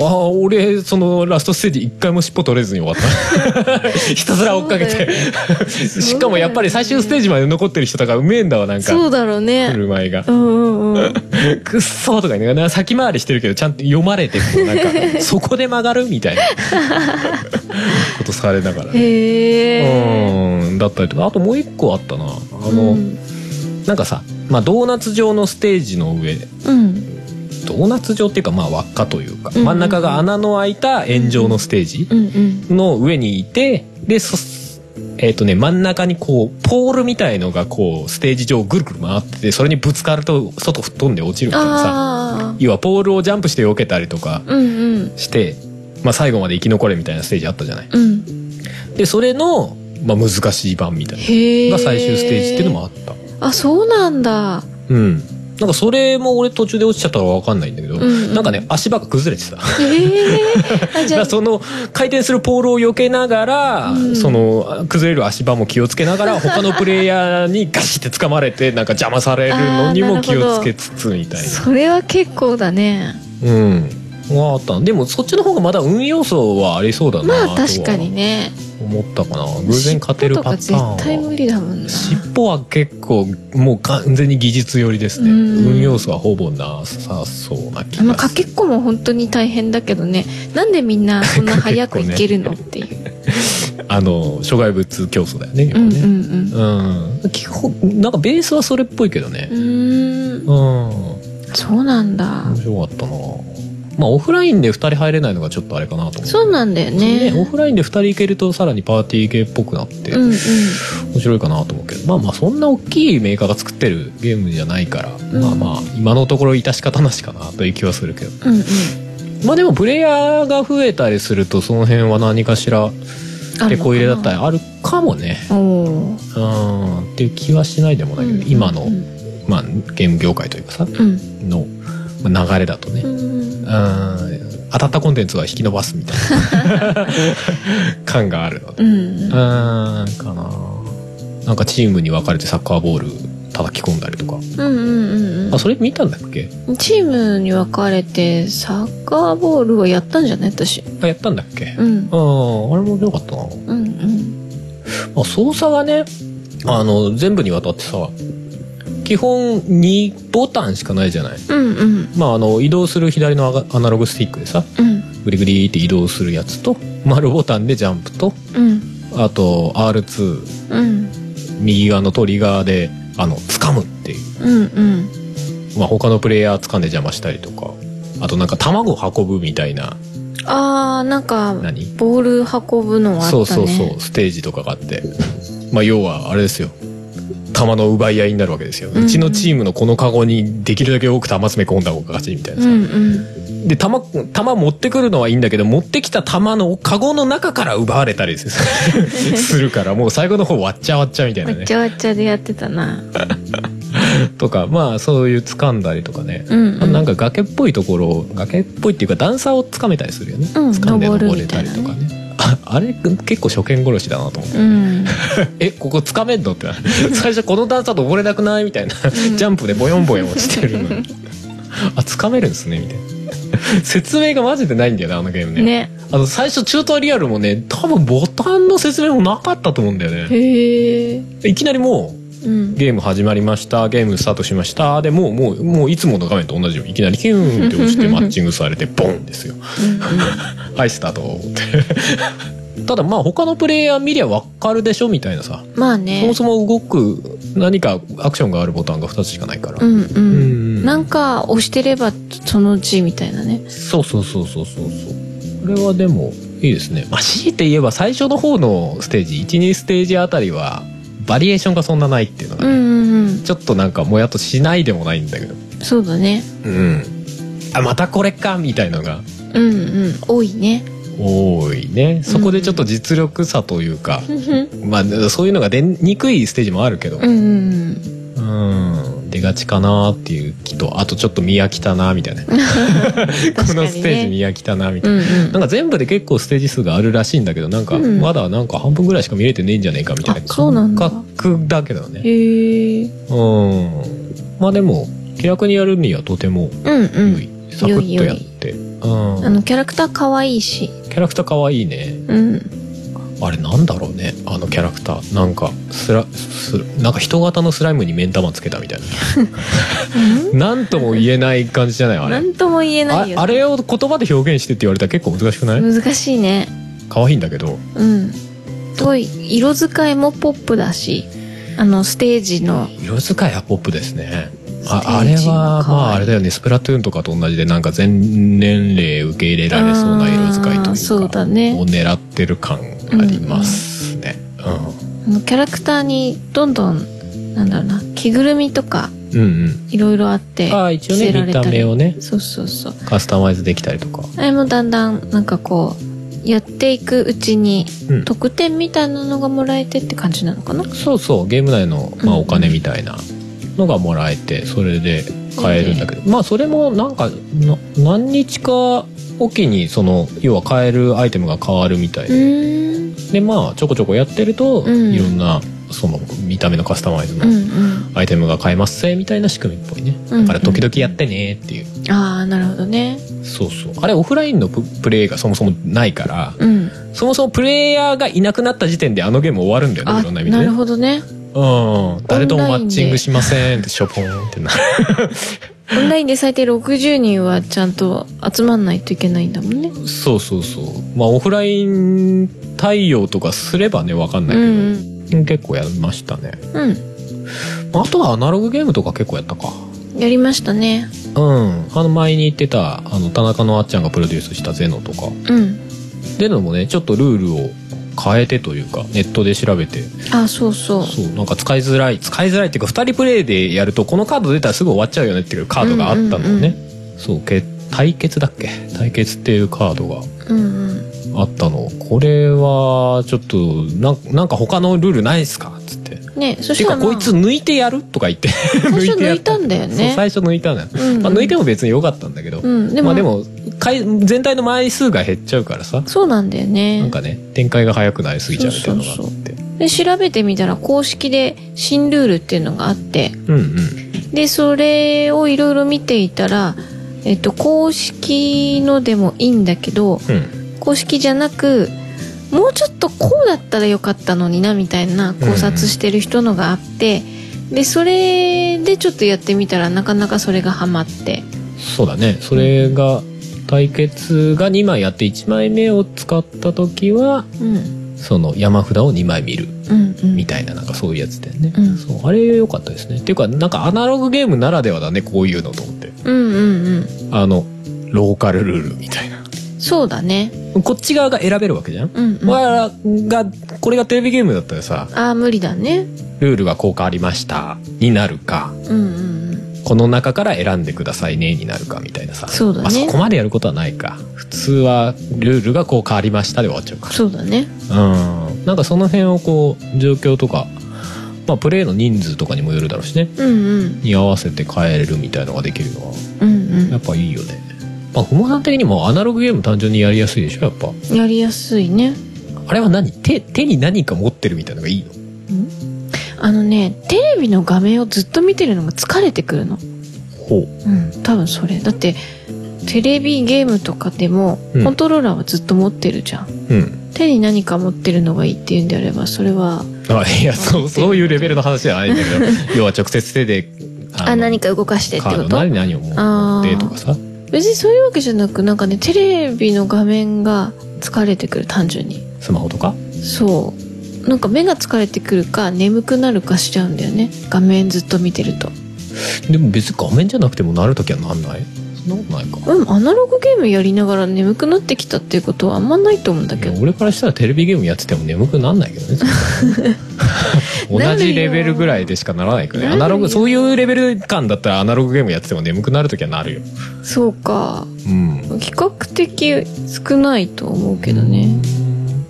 [SPEAKER 1] ああ俺そのラストステージ一回も尻尾取れずに終わった ひたすら追っかけ
[SPEAKER 2] そうだ
[SPEAKER 1] て、
[SPEAKER 2] よ
[SPEAKER 1] しかもやっぱり最終ステージまで残ってる人だからうめえんだわなんか
[SPEAKER 2] そうだろうね
[SPEAKER 1] 振る舞いが
[SPEAKER 2] うんうんうん
[SPEAKER 1] 「くっそ」とか言いながら先回りしてるけどちゃんと読まれてこうなんかそこで曲がるみたいなことされながらね
[SPEAKER 2] へえ
[SPEAKER 1] うんだったりとかあともう一個あったなあの、
[SPEAKER 2] うん
[SPEAKER 1] なんかさ、まあ、ドーナツ状のステージの上
[SPEAKER 2] うん
[SPEAKER 1] ドーナツ状っていうかまあ輪っかというか、
[SPEAKER 2] うんうん
[SPEAKER 1] 真ん中が穴の開いた円状のステージ
[SPEAKER 2] うんうん
[SPEAKER 1] の上にいてでそえっ、とね真ん中にこうポールみたいのがこうステージ上をぐるぐる回っててそれにぶつかると外吹っ飛んで落ちるからさ
[SPEAKER 2] ああ
[SPEAKER 1] 要はポールをジャンプして避けたりとか
[SPEAKER 2] うんうん
[SPEAKER 1] して、まあ、最後まで生き残れみたいなステージあったじゃない。
[SPEAKER 2] うん
[SPEAKER 1] でそれの、まあ、難しい版みたい
[SPEAKER 2] へえ
[SPEAKER 1] なが最終ステージっていうのもあった。
[SPEAKER 2] あそうなんだ
[SPEAKER 1] うんなんかそれも俺途中で落ちちゃったから分かんないんだけど、
[SPEAKER 2] んうん
[SPEAKER 1] なんかね足場が崩れてた
[SPEAKER 2] へ えあじゃ
[SPEAKER 1] だから
[SPEAKER 2] あ
[SPEAKER 1] その回転するポールを避けながら、
[SPEAKER 2] うん
[SPEAKER 1] その崩れる足場も気をつけなが ら他のプレイヤーにガシって掴まれてなんか邪魔されるのに
[SPEAKER 2] あーな
[SPEAKER 1] も
[SPEAKER 2] るほ
[SPEAKER 1] 気
[SPEAKER 2] ど
[SPEAKER 1] をつけつつみたい
[SPEAKER 2] それは結構だね
[SPEAKER 1] なうんはあったのでもそっちの方がまだ運要素はありそうだな
[SPEAKER 2] まあ
[SPEAKER 1] とは
[SPEAKER 2] 確かにね
[SPEAKER 1] 思ったかな偶然勝てるパター
[SPEAKER 2] 尻尾とか絶対
[SPEAKER 1] ンは
[SPEAKER 2] 無理だもんな
[SPEAKER 1] 尻尾は結構もう完全に技術寄りですね
[SPEAKER 2] うん
[SPEAKER 1] 運要素はほぼなさそうな気
[SPEAKER 2] ま
[SPEAKER 1] が
[SPEAKER 2] あ、か
[SPEAKER 1] する
[SPEAKER 2] けっこも本当に大変だけどねなんでみんなそんな早くいけ るのっていう、
[SPEAKER 1] あの障害物競争だよね要
[SPEAKER 2] う
[SPEAKER 1] は
[SPEAKER 2] ん
[SPEAKER 1] ね
[SPEAKER 2] うんうん
[SPEAKER 1] うん、基本なんかベースはそれっぽいけどね
[SPEAKER 2] うーん
[SPEAKER 1] うん面
[SPEAKER 2] そうなんだ
[SPEAKER 1] 白かったなまあオフラインで2人入れないのがちょっとあれかなと思
[SPEAKER 2] そうなんだよね
[SPEAKER 1] オフラインで2人行けるとさらにパーティー系っぽくなって
[SPEAKER 2] うんうん
[SPEAKER 1] 面白いかなと思うけど、まあまあそんな大きいメーカーが作ってるゲームじゃないから、
[SPEAKER 2] ん
[SPEAKER 1] まあまあ今のところ致し方なしかなという気はするけど
[SPEAKER 2] うんうん
[SPEAKER 1] まあでもプレイヤーが増えたりするとその辺は何かしら手こ入れだったりあるかもね
[SPEAKER 2] おおー
[SPEAKER 1] うんっていう気はしないでもないけど、今の
[SPEAKER 2] うん
[SPEAKER 1] まあ、ゲーム業界というかさ
[SPEAKER 2] うん
[SPEAKER 1] のまあ流れだとね、
[SPEAKER 2] う
[SPEAKER 1] うん
[SPEAKER 2] ん
[SPEAKER 1] 当たったコンテンツは引き伸ばすみたい な感があるので、
[SPEAKER 2] う
[SPEAKER 1] うんん、かななんかチームに分かれてサッカーボール叩き込んだりとか
[SPEAKER 2] うんうんうん
[SPEAKER 1] あそれ見たんだっけ
[SPEAKER 2] うんチームに分かれてサッカーボールをやったんじゃない私
[SPEAKER 1] あやったんだっけ、
[SPEAKER 2] う
[SPEAKER 1] ああ
[SPEAKER 2] ん
[SPEAKER 1] あれも良かったな、
[SPEAKER 2] うんうん
[SPEAKER 1] まあ、操作がねあの全部にわたってさ基本2ボタンしかないじゃない
[SPEAKER 2] うんうん
[SPEAKER 1] まああの移動する左のアガアナログスティックでさ
[SPEAKER 2] うん
[SPEAKER 1] グリグリって移動するやつと丸ボタンでジャンプと
[SPEAKER 2] うん
[SPEAKER 1] あと R2
[SPEAKER 2] うん
[SPEAKER 1] 右側のトリガーであの掴むってい
[SPEAKER 2] うんうん
[SPEAKER 1] う、まあ、他のプレイヤー掴んで邪魔したりとかあとなんか卵を運ぶみたいな
[SPEAKER 2] あーなんか
[SPEAKER 1] 何
[SPEAKER 2] ボール運ぶのはあった
[SPEAKER 1] そ
[SPEAKER 2] ね
[SPEAKER 1] うそうそうステージとかがあってまあ要はあれですよ弾の奪い合いになるわけですよ、
[SPEAKER 2] う
[SPEAKER 1] うんちのチームのこのカゴにできるだけ多く弾詰め込んだ方が勝ちみたいなさ、
[SPEAKER 2] んうん
[SPEAKER 1] で弾弾持ってくるのはいいんだけど持ってきた弾のカゴの中から奪われたりする するからもう最後の方わっちゃわっちゃみたいな
[SPEAKER 2] わっ
[SPEAKER 1] ね
[SPEAKER 2] ちゃわっちゃでやって たな
[SPEAKER 1] とかまあそういう掴んだりとかね、
[SPEAKER 2] うん、うん、
[SPEAKER 1] なんか崖っぽいところ崖っぽいっていうか段差を掴めたりするよね、
[SPEAKER 2] うん
[SPEAKER 1] 掴んで
[SPEAKER 2] 登る
[SPEAKER 1] 登れたりとかね
[SPEAKER 2] み
[SPEAKER 1] ああれ結構初見殺しだなと思って
[SPEAKER 2] うん
[SPEAKER 1] えここ掴めんの ってなる最初この段差登れなくないみたいな、
[SPEAKER 2] ん
[SPEAKER 1] ジャンプでボヨンボヨン落ちて るのにあ掴めるんですねみたいな説明がマジでないんだよねあのゲー ムね
[SPEAKER 2] ね
[SPEAKER 1] あの最初チュートリアルもね多分ボタンの説明もなかったと思うんだよね
[SPEAKER 2] へえ
[SPEAKER 1] いきなりもう
[SPEAKER 2] うん
[SPEAKER 1] ゲーム始まりましたゲームスタートしましたでもうもうもういつもの画面と同じようにいきなりキューンって落ちてマッチングされてボンです よはいスタートって ただまあ他のプレイヤー見りゃわかるでしょみたいなさ
[SPEAKER 2] まあ
[SPEAKER 1] そ
[SPEAKER 2] ね
[SPEAKER 1] もそも動く何かアクションがあるボタンが2つしかないから、
[SPEAKER 2] うんう、
[SPEAKER 1] うんん
[SPEAKER 2] なんか押してればそのうちみたいなね
[SPEAKER 1] そうそうそうそうそうそうこれはでもいいですねまあ強いて言えば最初の方のステージ12ステージあたりはバリエーションがそんなないっていうのが
[SPEAKER 2] うん
[SPEAKER 1] ね、
[SPEAKER 2] うんうん
[SPEAKER 1] ちょっとなんかもやっとしないでもないんだけど
[SPEAKER 2] そうだね
[SPEAKER 1] うんあまたこれかみたいのが
[SPEAKER 2] うんうん多いね
[SPEAKER 1] 多いねそこでちょっと実力差というか、
[SPEAKER 2] うんうん
[SPEAKER 1] まあそういうのが出にくいステージもあるけど
[SPEAKER 2] うんうん
[SPEAKER 1] うん出がちかなっていう気とあとちょっと見飽きたなみたいな、こ
[SPEAKER 2] 確か
[SPEAKER 1] の
[SPEAKER 2] に
[SPEAKER 1] ステージ
[SPEAKER 2] ね
[SPEAKER 1] 見飽きたなみたい
[SPEAKER 2] う
[SPEAKER 1] な。
[SPEAKER 2] ん
[SPEAKER 1] なんか全部で結構ステージ数があるらしいんだけどなんか
[SPEAKER 2] うん
[SPEAKER 1] まだなんか半分ぐらいしか見れてねえんじゃねえかみたいな
[SPEAKER 2] あそうなん
[SPEAKER 1] 感
[SPEAKER 2] だ
[SPEAKER 1] 覚だけど
[SPEAKER 2] うん
[SPEAKER 1] ね
[SPEAKER 2] へえ
[SPEAKER 1] うんまあでも気楽にやるにはとても
[SPEAKER 2] うんう
[SPEAKER 1] 良
[SPEAKER 2] ん
[SPEAKER 1] い、サクッとやってうん
[SPEAKER 2] あのキャラクター可愛いし
[SPEAKER 1] キャラクター可愛いね
[SPEAKER 2] うん
[SPEAKER 1] あれなんだろうねあのキャラクターなんかスラスなんか人型のスライムに目ん玉つけたみたいななんとも言えない感じじゃないあれ
[SPEAKER 2] なんとも言えないよ
[SPEAKER 1] ああれを言葉で表現してって言われたら結構難しくない
[SPEAKER 2] 難しいね
[SPEAKER 1] 可愛いんだけど
[SPEAKER 2] うんすごい色使いもポップだしあのステージの
[SPEAKER 1] 色使いはポップですねああ
[SPEAKER 2] ステ
[SPEAKER 1] れ
[SPEAKER 2] ージ
[SPEAKER 1] は
[SPEAKER 2] も
[SPEAKER 1] ま
[SPEAKER 2] 可愛い
[SPEAKER 1] ああれだよねスプラトゥーンとかと同じでなんか全年齢受け入れられそうな色使いという
[SPEAKER 2] あ
[SPEAKER 1] か
[SPEAKER 2] ーそうだね
[SPEAKER 1] を狙ってる感ありますね
[SPEAKER 2] あのキャラクターにどんどんなんだろうな着ぐるみとか
[SPEAKER 1] うん、うんうん
[SPEAKER 2] いろいろあって
[SPEAKER 1] あー一応ね
[SPEAKER 2] 着せられたり
[SPEAKER 1] 見た目をね
[SPEAKER 2] そうそうそう
[SPEAKER 1] カスタマイズできたりとか
[SPEAKER 2] あれもだんだんなんかこうやっていくうちに
[SPEAKER 1] うん
[SPEAKER 2] 特典みたいなのがもらえてって感じなのかな
[SPEAKER 1] そうそうゲーム内の、まあ、
[SPEAKER 2] うん
[SPEAKER 1] お金みたいなのがもらえてそれで買えるんだけど、まあそれもなんかな何日かおきにその要は買えるアイテムが変わるみたいで、
[SPEAKER 2] うん
[SPEAKER 1] でまあちょこちょこやってると、
[SPEAKER 2] うん
[SPEAKER 1] いろんなその見た目のカスタマイズ
[SPEAKER 2] う
[SPEAKER 1] の
[SPEAKER 2] ん
[SPEAKER 1] アイテムが買えますぜみたいな仕組みっぽいね、
[SPEAKER 2] う
[SPEAKER 1] だ
[SPEAKER 2] ん
[SPEAKER 1] から時々やってねっていう
[SPEAKER 2] うんああなるほどね
[SPEAKER 1] そうそうあれオフラインのププレイがそもそもないから、
[SPEAKER 2] うん
[SPEAKER 1] そもそもプレイヤーがいなくなった時点であのゲーム終わるんだよね
[SPEAKER 2] あ
[SPEAKER 1] いろんな意味で
[SPEAKER 2] な
[SPEAKER 1] ね
[SPEAKER 2] るほどね
[SPEAKER 1] うん、誰ともマ
[SPEAKER 2] オンラインで
[SPEAKER 1] ッチングしませんってショポーンってなる
[SPEAKER 2] オンラインで最低60人はちゃんと集まんないといけないんだもんね
[SPEAKER 1] そうそうそうまあオフライン対応とかすればね分かんな
[SPEAKER 2] う
[SPEAKER 1] い
[SPEAKER 2] ん
[SPEAKER 1] けど、
[SPEAKER 2] うん
[SPEAKER 1] 結構やりましたね
[SPEAKER 2] うん
[SPEAKER 1] あとはアナログゲームとか結構やったか
[SPEAKER 2] やりましたね
[SPEAKER 1] うんあの前に言ってたあの田中のあっちゃんがプロデュースしたゼノとか
[SPEAKER 2] うん
[SPEAKER 1] ゼノもねちょっとルールを変えてというかネットで調べて
[SPEAKER 2] あそうそう
[SPEAKER 1] そうなんか使いづらい使いづらいっていうか2人プレイでやるとこのカード出たらすぐ終わっちゃうよねっていうカードがあったのね、そうけ対決だっけ対決っていうカードが
[SPEAKER 2] うんうん
[SPEAKER 1] あったのこれはちょっとなんなんか他のルールないっすかっつって「
[SPEAKER 2] ねそ
[SPEAKER 1] て
[SPEAKER 2] した
[SPEAKER 1] か
[SPEAKER 2] ら、ま
[SPEAKER 1] こ
[SPEAKER 2] あ、
[SPEAKER 1] いつ抜いてやる?」とか言って
[SPEAKER 2] 最初抜
[SPEAKER 1] や
[SPEAKER 2] い
[SPEAKER 1] った
[SPEAKER 2] たんだよ
[SPEAKER 1] そう
[SPEAKER 2] ね
[SPEAKER 1] 最初抜いたのよ、
[SPEAKER 2] うんうん
[SPEAKER 1] まあ、抜いても別に良かったんだけど、
[SPEAKER 2] うんでも,、
[SPEAKER 1] まあ、でもかい全体の枚数が減っちゃうからさ
[SPEAKER 2] そうなんだよね
[SPEAKER 1] なんかね展開が早くなりすぎちゃうっていうのがあって
[SPEAKER 2] そうで調べてみたら公式で新ルールっていうのがあって
[SPEAKER 1] うんうん
[SPEAKER 2] でそれをいろいろ見ていたら、えっと、公式のでもいいんだけど
[SPEAKER 1] うん
[SPEAKER 2] 公式じゃなくもうちょっとこうだったらよかったのになみたいな考察してる人のがあって、でそれでちょっとやってみたらなかなかそれがハマって
[SPEAKER 1] そうだねそれが対決が2枚あって1枚目を使った時は
[SPEAKER 2] うん
[SPEAKER 1] その山札を2枚見る
[SPEAKER 2] うんうん
[SPEAKER 1] みたいななんかそういうやつだよね、
[SPEAKER 2] うん
[SPEAKER 1] そうあれ良かったですねっていうかなんかアナログゲームならではだねこういうのと思って
[SPEAKER 2] うんうんうん
[SPEAKER 1] あのローカルルールみたいな
[SPEAKER 2] そうだね
[SPEAKER 1] こっち側が選べるわけじゃん、
[SPEAKER 2] うんうんあ
[SPEAKER 1] わがこれがテレビゲームだったらさ
[SPEAKER 2] あー無理だね
[SPEAKER 1] ルールがこう変わりましたになるか
[SPEAKER 2] うんうんうん
[SPEAKER 1] この中から選んでくださいねになるかみたいなさ
[SPEAKER 2] そうだね
[SPEAKER 1] まあ、そこまでやることはないか普通はルールがこう変わりましたで終わっちゃうから
[SPEAKER 2] そうだね
[SPEAKER 1] うんなんかその辺をこう状況とかまあプレイの人数とかにもよるだろうしね
[SPEAKER 2] うんうん
[SPEAKER 1] に合わせて変えれるみたいのができるのは
[SPEAKER 2] うん
[SPEAKER 1] やっぱいいよねまあふもさん的にもアナログゲーム単純にやりやすいでしょやっぱ
[SPEAKER 2] うんやりやすいね
[SPEAKER 1] あれは何手手に何か持ってるみたいのがいいの
[SPEAKER 2] あのねテレビの画面をずっと見てるのが疲れてくるの
[SPEAKER 1] ほう
[SPEAKER 2] うん多分それだってテレビゲームとかでも
[SPEAKER 1] うん
[SPEAKER 2] コントローラーはずっと持ってるじゃん、
[SPEAKER 1] うん
[SPEAKER 2] 手に何か持ってるのがいいっていうんであればそれは
[SPEAKER 1] あいやそうそういうレベルの話じゃないん だけど要は直接手で
[SPEAKER 2] あ何
[SPEAKER 1] か
[SPEAKER 2] か動かしてって
[SPEAKER 1] カー
[SPEAKER 2] こ
[SPEAKER 1] ド
[SPEAKER 2] と
[SPEAKER 1] なり何を持ってとかさ
[SPEAKER 2] 別にそういうわけじゃなくなんかねテレビの画面が疲れてくる単純に
[SPEAKER 1] スマホとか
[SPEAKER 2] そうなんか目が疲れてくるか眠くなるかしちゃうんだよね画面ずっと見てると
[SPEAKER 1] でも別に画面じゃなくてもなるときはなんないそんなことないか
[SPEAKER 2] うん、アナログゲームやりながら眠くなってきたっていうことはあんまないと思うんだ
[SPEAKER 1] い
[SPEAKER 2] け
[SPEAKER 1] や
[SPEAKER 2] ど。
[SPEAKER 1] 俺からしたらテレビゲームやってても眠くなんないけどね そんな
[SPEAKER 2] な
[SPEAKER 1] 同
[SPEAKER 2] るよ
[SPEAKER 1] じレベルぐらいでしかならないけどねア
[SPEAKER 2] なるよ
[SPEAKER 1] ナログそういうレベル感だったらアナログゲームやってても眠くなるときはなるよ
[SPEAKER 2] そうか。
[SPEAKER 1] うん
[SPEAKER 2] 比較的少ないと思うけどね。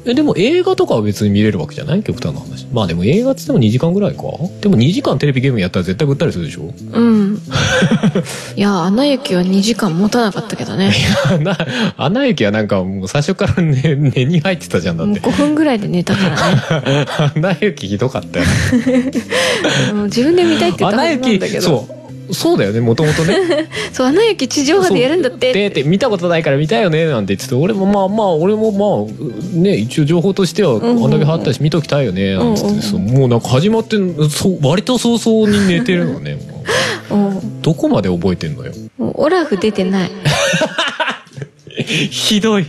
[SPEAKER 1] えでも映画とかは別に見れるわけじゃない極端な話まあでも映画っつっても2時間ぐらいかでも2時間テレビゲームやったら絶対ぐったりするでしょ
[SPEAKER 2] うん。いや、アナ雪は2時間持たなかったけどね。
[SPEAKER 1] なアナ雪はなんかもう最初から 寝寝に入ってたじゃんだ
[SPEAKER 2] も
[SPEAKER 1] っ
[SPEAKER 2] う
[SPEAKER 1] て
[SPEAKER 2] 5分ぐらいで寝たからね。
[SPEAKER 1] アナ雪ひどかったよ
[SPEAKER 2] もう自分で見たいって言っ
[SPEAKER 1] ア
[SPEAKER 2] たは
[SPEAKER 1] ナ
[SPEAKER 2] ずなん
[SPEAKER 1] 雪
[SPEAKER 2] だけど。
[SPEAKER 1] そうそうだよねもともとね
[SPEAKER 2] そう穴行き地上波でやるんだっ
[SPEAKER 1] そうで
[SPEAKER 2] て
[SPEAKER 1] って見たことないから見たよねなんて言ってて俺もまあまあ俺もまあね一応情報としてはあ
[SPEAKER 2] んうん
[SPEAKER 1] んだけ貼ったし見ときたいよねなんつって、
[SPEAKER 2] うんうん
[SPEAKER 1] そうもうなんか始まってそう割と早々に寝てるのね もう
[SPEAKER 2] うん
[SPEAKER 1] どこまで覚えてんのよ
[SPEAKER 2] もうオラフ出てない
[SPEAKER 1] ひどい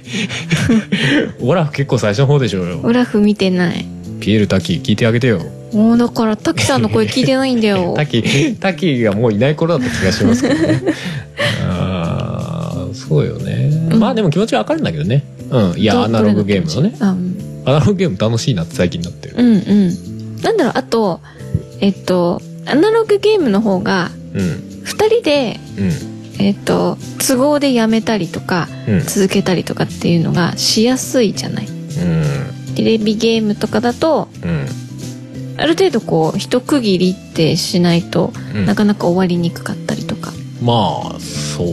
[SPEAKER 1] オラフ結構最初の方でしょうよ
[SPEAKER 2] オラフ見てない
[SPEAKER 1] ピエール滝聞いてあげてよ
[SPEAKER 2] もうだからタキさんの声聞いてないんだよ
[SPEAKER 1] 滝滝がもういない頃だった気がしますけどね ああそうよね、
[SPEAKER 2] うん
[SPEAKER 1] まあでも気持ちはわかるんだけどねうんいやアナログゲームのね
[SPEAKER 2] あうん
[SPEAKER 1] アナログゲーム楽しいなって最近なってる
[SPEAKER 2] うんうんなんだろうあとえっとアナログゲームの方が
[SPEAKER 1] うん
[SPEAKER 2] 2人で
[SPEAKER 1] うん
[SPEAKER 2] えっと都合でやめたりとか
[SPEAKER 1] うん
[SPEAKER 2] 続けたりとかっていうのがしやすいじゃない
[SPEAKER 1] うん
[SPEAKER 2] テレビゲームとかだと
[SPEAKER 1] うん
[SPEAKER 2] ある程度こう一区切りってしないと
[SPEAKER 1] うん
[SPEAKER 2] なかなか終わりにくかったりとか
[SPEAKER 1] まあそう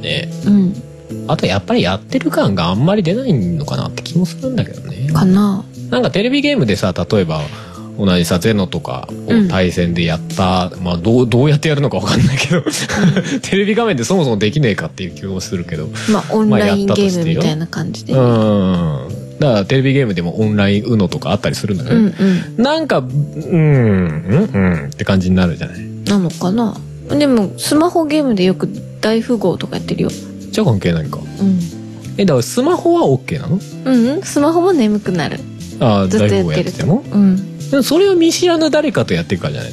[SPEAKER 1] ね
[SPEAKER 2] うん
[SPEAKER 1] あとやっぱりやってる感があんまり出ないのかなって気もするんだけどね
[SPEAKER 2] かな
[SPEAKER 1] なんかテレビゲームでさ例えば同じさゼノとかを対戦でやった、まあどうどうやってやるのか分かんないけど テレビ画面でそもそもできねえかっていう気もするけど
[SPEAKER 2] まあオンライン
[SPEAKER 1] まあ
[SPEAKER 2] ゲ
[SPEAKER 1] やったとして
[SPEAKER 2] ーム
[SPEAKER 1] よ
[SPEAKER 2] みたいな感じで、
[SPEAKER 1] うんだからテレビゲームでもオンライン UNO とかあったりするんだけど、
[SPEAKER 2] うんうん
[SPEAKER 1] なんかうんうんうんって感じになるじゃない
[SPEAKER 2] なのかなでもスマホゲームでよく大富豪とかやってるよ、
[SPEAKER 1] じゃあ関係ないか
[SPEAKER 2] うん、
[SPEAKER 1] えだからスマホは OK なの
[SPEAKER 2] うんうんスマホも眠くなる
[SPEAKER 1] ああ
[SPEAKER 2] ずっと
[SPEAKER 1] 大富
[SPEAKER 2] や
[SPEAKER 1] 豪
[SPEAKER 2] っ
[SPEAKER 1] やって
[SPEAKER 2] てる
[SPEAKER 1] て
[SPEAKER 2] と
[SPEAKER 1] も
[SPEAKER 2] うん
[SPEAKER 1] でもそれを見知らぬ誰かとやってるからじゃない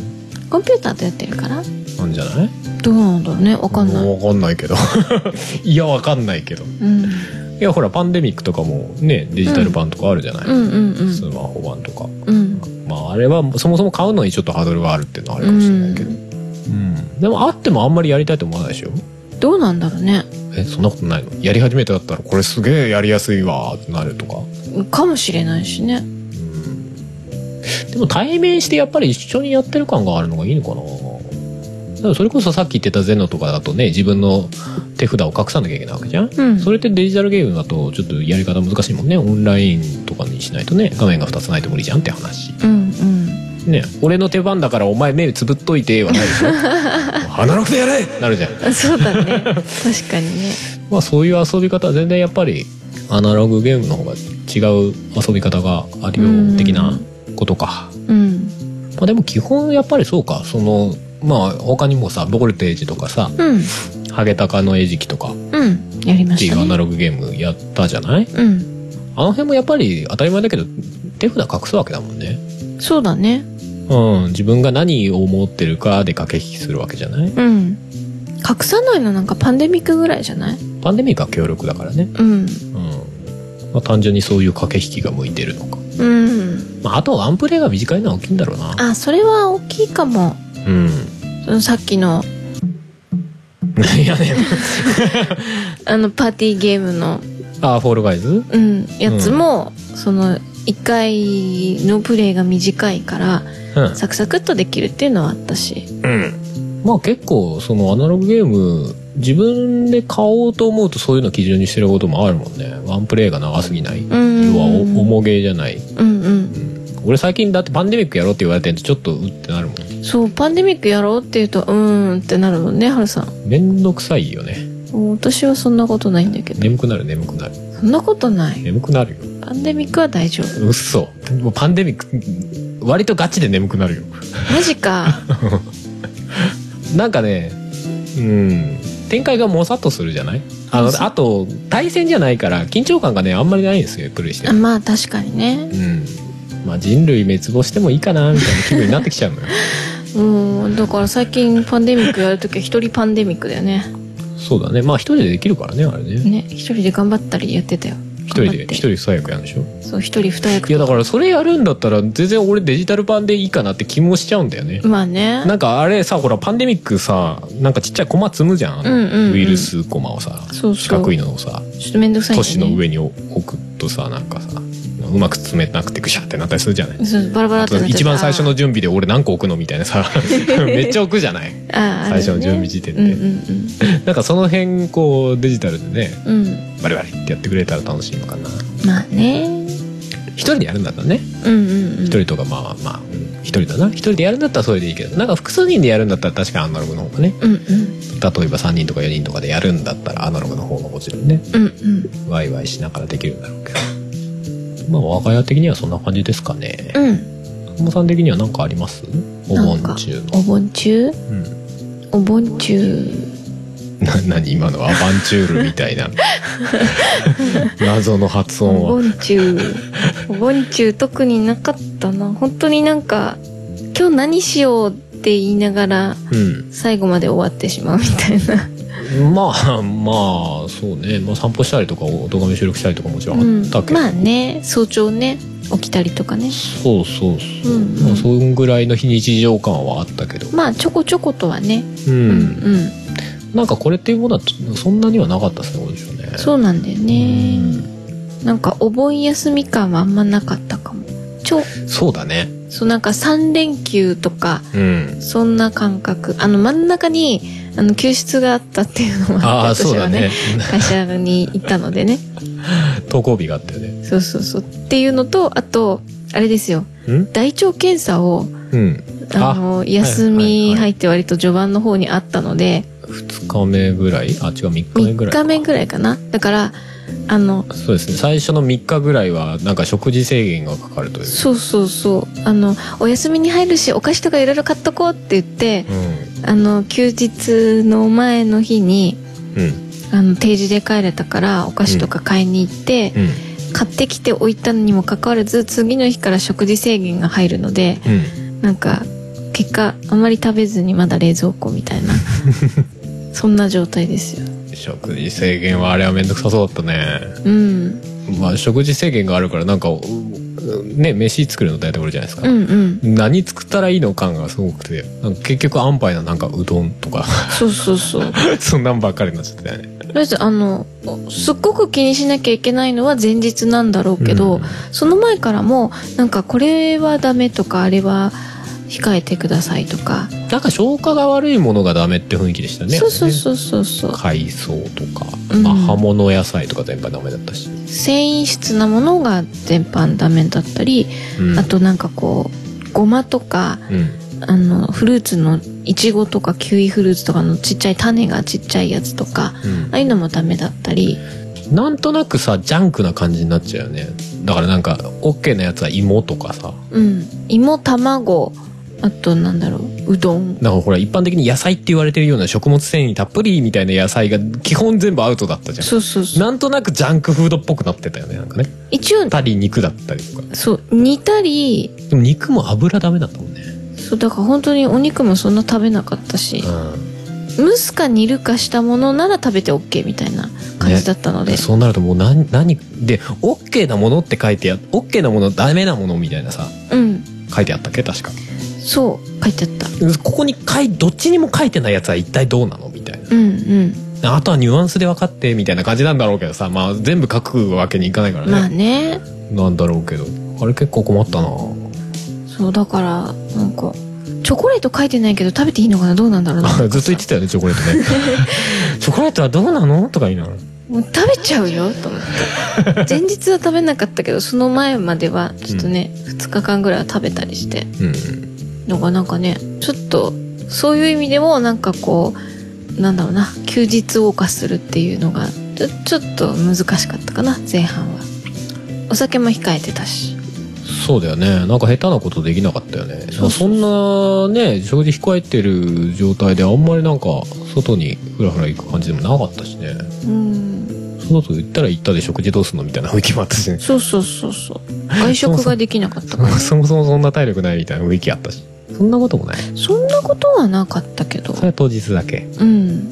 [SPEAKER 2] コンピューターとやってるから
[SPEAKER 1] なんじゃない
[SPEAKER 2] どうなんだろうねわかんない
[SPEAKER 1] もうわかんないけど いやわかんないけど
[SPEAKER 2] うん
[SPEAKER 1] いやほらパンデミックとかもねデジタル版とかあるじゃない、
[SPEAKER 2] うんうんうん
[SPEAKER 1] スマホ版とか
[SPEAKER 2] うん
[SPEAKER 1] まああれはそもそも買うのにちょっとハードルがあるっていうのはあるかもしれないけど、うんでもあってもあんまりやりたいと思わないでしょ
[SPEAKER 2] どうなんだろうね
[SPEAKER 1] えそんなことないのやり始めてだったらこれすげえやりやすいわーってなるとか、
[SPEAKER 2] かもしれないしね
[SPEAKER 1] でも対面してやっぱり一緒にやってる感があるのがいいのかなだからそれこそさっき言ってたゼノとかだとね自分の手札を隠さなきゃいけないわけじゃん
[SPEAKER 2] うん
[SPEAKER 1] それってデジタルゲームだとちょっとやり方難しいもんねオンラインとかにしないとね画面が2つないと無理じゃんって話
[SPEAKER 2] うんうん
[SPEAKER 1] ね俺の手番だからお前目つぶっといてはないでしょアナログでやれなるじゃん
[SPEAKER 2] あそうだ ね確かにね
[SPEAKER 1] まあそういう遊び方は全然やっぱりアナログゲームの方が違う遊び方があるよう的なことか、
[SPEAKER 2] うん
[SPEAKER 1] まあ、でも基本やっぱりそうかそのまあ他にもさボルテージとかさ
[SPEAKER 2] うん
[SPEAKER 1] ハゲタカの餌食とか
[SPEAKER 2] うんやりま
[SPEAKER 1] って
[SPEAKER 2] し
[SPEAKER 1] いう
[SPEAKER 2] た
[SPEAKER 1] アナ
[SPEAKER 2] ね
[SPEAKER 1] ログゲームやったじゃない
[SPEAKER 2] うん
[SPEAKER 1] あの辺もやっぱり当たり前だけど手札隠すわけだもんね。
[SPEAKER 2] そうだね
[SPEAKER 1] うん、自分が何を持ってるかで駆け引きするわけじゃない
[SPEAKER 2] うん隠さないのなんかパンデミックぐらいじゃない
[SPEAKER 1] パンデミックは強力だからね。
[SPEAKER 2] うん
[SPEAKER 1] うん。まあ、単純にそういう駆け引きが向いてるのか。
[SPEAKER 2] うん
[SPEAKER 1] まあ、あとはワンプレイが短いのは大きいんだろうな。
[SPEAKER 2] あそれは大きいかも
[SPEAKER 1] うん。
[SPEAKER 2] そのさっきの
[SPEAKER 1] 何やねん。
[SPEAKER 2] あのパーティーゲームの、
[SPEAKER 1] あ、フォールガイズ
[SPEAKER 2] うん、やつも、その1回のプレイが短いから
[SPEAKER 1] うん。
[SPEAKER 2] サクサクっとできるっていうのはあったし
[SPEAKER 1] うん。まあ結構、そのアナログゲーム、自分で買おうと思うとそういうの基準にしてることもあるもんね。ワンプレイが長すぎない。
[SPEAKER 2] う
[SPEAKER 1] 要はお、
[SPEAKER 2] ん
[SPEAKER 1] 重げじゃない。
[SPEAKER 2] うんうん
[SPEAKER 1] 俺最近だってパンデミックやろうって言われてんとちょっとうってなるもん。
[SPEAKER 2] そうパンデミックやろうっていうとうーんってなるもんねハルさん
[SPEAKER 1] めんどくさいよね。
[SPEAKER 2] もう私はそんなことないんだけど
[SPEAKER 1] 眠くなる眠くなる。
[SPEAKER 2] そんなことない
[SPEAKER 1] 眠くなるよ。
[SPEAKER 2] パンデミックは大丈夫
[SPEAKER 1] 嘘。もうパンデミック、割とガチで眠くなるよ。
[SPEAKER 2] マジ か
[SPEAKER 1] なんかね、うん、展開がもさっとするじゃないあ
[SPEAKER 2] そう
[SPEAKER 1] の、あと、対戦じゃないから緊張感がね、あんまりないんですよ、プレイして
[SPEAKER 2] あ
[SPEAKER 1] る。
[SPEAKER 2] まあ確かにね
[SPEAKER 1] うん。まあ人類滅亡してもいいかな、みたいな気分になってきちゃう のよ。
[SPEAKER 2] うんだから最近パンデミックやるときは一人パンデミックだよね
[SPEAKER 1] そうだね。まあ一人でできるからね、あれね。
[SPEAKER 2] ね一人で頑張ったりやってたよ
[SPEAKER 1] 一人で、
[SPEAKER 2] 頑張って
[SPEAKER 1] 一人最悪やんでしょ
[SPEAKER 2] そう一人二
[SPEAKER 1] い
[SPEAKER 2] 役
[SPEAKER 1] やだからそれやるんだったら全然俺デジタル版でいいかなって気もしちゃうんだよね。
[SPEAKER 2] まあね
[SPEAKER 1] なんかあれさほらパンデミックさなんかちっちゃいコマ積むじゃん,あの、
[SPEAKER 2] うんうんうん
[SPEAKER 1] ウイルスコマをさ
[SPEAKER 2] そうそう
[SPEAKER 1] 四角いのをさ
[SPEAKER 2] ちょっとめんどくさいん
[SPEAKER 1] 都
[SPEAKER 2] だ
[SPEAKER 1] 市
[SPEAKER 2] よね
[SPEAKER 1] の上に置くとさなんかさうまく積めなくてグシャってなったりするじゃない
[SPEAKER 2] そうバラバラってなっちゃって
[SPEAKER 1] 一番最初の準備で俺何個置くのみたいなさ めっちゃ置くじゃない
[SPEAKER 2] あー
[SPEAKER 1] 最初の準備時点で、
[SPEAKER 2] で
[SPEAKER 1] なんかその辺こうデジタルでね
[SPEAKER 2] うんうんうんうん
[SPEAKER 1] バリバリってやってくれたら楽しいのかな
[SPEAKER 2] まあね
[SPEAKER 1] 一人でやるんだったらね
[SPEAKER 2] うんうんうん
[SPEAKER 1] 一人とかまあまあ、うん一人だな一人でやるんだったらそれでいいけどなんか複数人でやるんだったら確かにアナログの方がね
[SPEAKER 2] うんうん
[SPEAKER 1] 例えば3人とか4人とかでやるんだったらアナログの方がもちろんね
[SPEAKER 2] うんうん
[SPEAKER 1] ワイワイしながらできるんだろうけどまあ我が家的にはそんな感じですかね
[SPEAKER 2] うん
[SPEAKER 1] 友、さん的には何かありますお盆中の
[SPEAKER 2] お盆中
[SPEAKER 1] うん
[SPEAKER 2] お盆中
[SPEAKER 1] な何今のアバンチュールみたい な 謎の発
[SPEAKER 2] お
[SPEAKER 1] 音は
[SPEAKER 2] 盆中お盆中特になかったな本当になんか今日何しようって言いながら
[SPEAKER 1] うん
[SPEAKER 2] 最後まで終わってしまうみたいな
[SPEAKER 1] まあまあそうね、まあ、散歩したりとかお動画見収録したりとかもちろんあったけど、
[SPEAKER 2] まあね早朝ね起きたりとかね
[SPEAKER 1] そうそうそう、
[SPEAKER 2] うんうん
[SPEAKER 1] まあそんぐらいの非日常感はあったけど
[SPEAKER 2] まあちょこちょことはね
[SPEAKER 1] う、
[SPEAKER 2] うんうん
[SPEAKER 1] なんかこれっていうものはそんなにはなかったですね今週ね
[SPEAKER 2] そううなんだよね
[SPEAKER 1] ん
[SPEAKER 2] なんかお盆休み感はあんまなかったかもちょ
[SPEAKER 1] そうだね
[SPEAKER 2] そうなんか3連休とか
[SPEAKER 1] うん
[SPEAKER 2] そんな感覚あの真ん中にあの休室があったっていうのも
[SPEAKER 1] あ
[SPEAKER 2] あ
[SPEAKER 1] あ
[SPEAKER 2] って
[SPEAKER 1] そう
[SPEAKER 2] 私
[SPEAKER 1] だ
[SPEAKER 2] は
[SPEAKER 1] ね
[SPEAKER 2] ね会社に行ったのでね
[SPEAKER 1] 登校日があったよね
[SPEAKER 2] そうそうそうっていうのとあとあれですよ
[SPEAKER 1] うん
[SPEAKER 2] 大腸検査を
[SPEAKER 1] うん
[SPEAKER 2] あの休み入って割と序盤の方にあったので、
[SPEAKER 1] 2日目ぐらいあ違う3日目ぐ
[SPEAKER 2] 3
[SPEAKER 1] らい
[SPEAKER 2] 日目ぐらいかなだからあの
[SPEAKER 1] そうですね最初の3日ぐらいはなんか食事制限がかかるという
[SPEAKER 2] そうそうそうあのお休みに入るしお菓子とかいろいろ買っとこうって言って
[SPEAKER 1] うん
[SPEAKER 2] あの休日の前の日に
[SPEAKER 1] うん
[SPEAKER 2] あの定時で帰れたからお菓子とか買いに行って、
[SPEAKER 1] うん
[SPEAKER 2] 買ってきておいたのにもかかわらず次の日から食事制限が入るので
[SPEAKER 1] うん
[SPEAKER 2] なんか結果あまり食べずにまだ冷蔵庫み たいなそんな状態ですよ
[SPEAKER 1] 食事制限はあれはめんどくさそうだったね
[SPEAKER 2] うん
[SPEAKER 1] まあ食事制限があるからなんかううね飯作るの大体俺じゃないですか、
[SPEAKER 2] うんうん
[SPEAKER 1] 何作ったらいいの感がすごくてなんか結局安牌ななんかうどんとか
[SPEAKER 2] そうそうそう
[SPEAKER 1] そんなんばっかりになっちゃったよね
[SPEAKER 2] とりあえずあのすっごく気にしなきゃいけないのは前日なんだろうけど、
[SPEAKER 1] うん
[SPEAKER 2] その前からもなんかこれはダメとかあれは控えてくださいとか、
[SPEAKER 1] なんか消化が悪いものがダメって雰囲気でしたね
[SPEAKER 2] そうそう
[SPEAKER 1] う
[SPEAKER 2] そうそうそう
[SPEAKER 1] 海藻とか、
[SPEAKER 2] うん
[SPEAKER 1] まあ、葉物野菜とか全般ダメだったし、
[SPEAKER 2] 繊維質なものが全般ダメだったり、
[SPEAKER 1] うん、
[SPEAKER 2] あとなんかこうごまとか
[SPEAKER 1] うん
[SPEAKER 2] あのフルーツのいちごとかキウイフルーツとかのちっちゃい種がちっちゃいやつとか
[SPEAKER 1] うん
[SPEAKER 2] ああいうのもダメだったり
[SPEAKER 1] なんとなくさジャンクな感じになっちゃうよねだからなんか OK なやつは芋とかさ
[SPEAKER 2] うん芋卵あとなんだろううどん
[SPEAKER 1] なんかほら一般的に野菜って言われてるような食物繊維たっぷりみたいな野菜が基本全部アウトだったじゃん
[SPEAKER 2] そうそうそう
[SPEAKER 1] なんとなくジャンクフードっぽくなってたよねなんかね
[SPEAKER 2] 一応
[SPEAKER 1] たり肉だったりとか
[SPEAKER 2] そう煮たり
[SPEAKER 1] でも肉も油ダメだったもんね
[SPEAKER 2] そうだから本当にお肉もそんな食べなかったし蒸すか煮るかしたものなら食べて OK みたいな感じだったの
[SPEAKER 1] うん
[SPEAKER 2] で、
[SPEAKER 1] でそうなるともう何何で OK なものって書いてあ OK なものダメなものみたいなさ
[SPEAKER 2] うん
[SPEAKER 1] 書いてあったっけ確か
[SPEAKER 2] そう書いてあった
[SPEAKER 1] ここに書いどっちにも書いてないやつは一体どうなのみたいな
[SPEAKER 2] うんうん
[SPEAKER 1] あとはニュアンスで分かってみたいな感じなんだろうけどさ、まあ、全部書くわけにいかないからね、
[SPEAKER 2] まあね
[SPEAKER 1] なんだろうけどあれ結構困ったな
[SPEAKER 2] そうだからなんかチョコレート書いてないけど食べていいのかなどうなんだろうな
[SPEAKER 1] あ ずっと言ってたよねチョコレート ねチョコレートはどうなのとか言いながら
[SPEAKER 2] もう食べちゃうよと思って前日は食べなかったけどその前まではちょっとね、2日間ぐらいは食べたりして
[SPEAKER 1] うん
[SPEAKER 2] のがなんかねちょっとそういう意味でもなんかこうなんだろうな休日謳歌するっていうのがちょちょっと難しかったかな前半はお酒も控えてたし
[SPEAKER 1] そうだよねなんか下手なことできなかったよね
[SPEAKER 2] そう
[SPEAKER 1] そんなね食事控えてる状態であんまりなんか外にふらふら行く感じでもなかったしね
[SPEAKER 2] うん
[SPEAKER 1] 外行ったら行ったで食事どうすんのみたいな雰囲気もあったしね
[SPEAKER 2] そうそうそうそう外食ができなかったか ら
[SPEAKER 1] そもそもそんな体力ないみたいな雰囲気あったしそんなこともない
[SPEAKER 2] そんなことはなかったけど
[SPEAKER 1] それは当日だけ
[SPEAKER 2] うん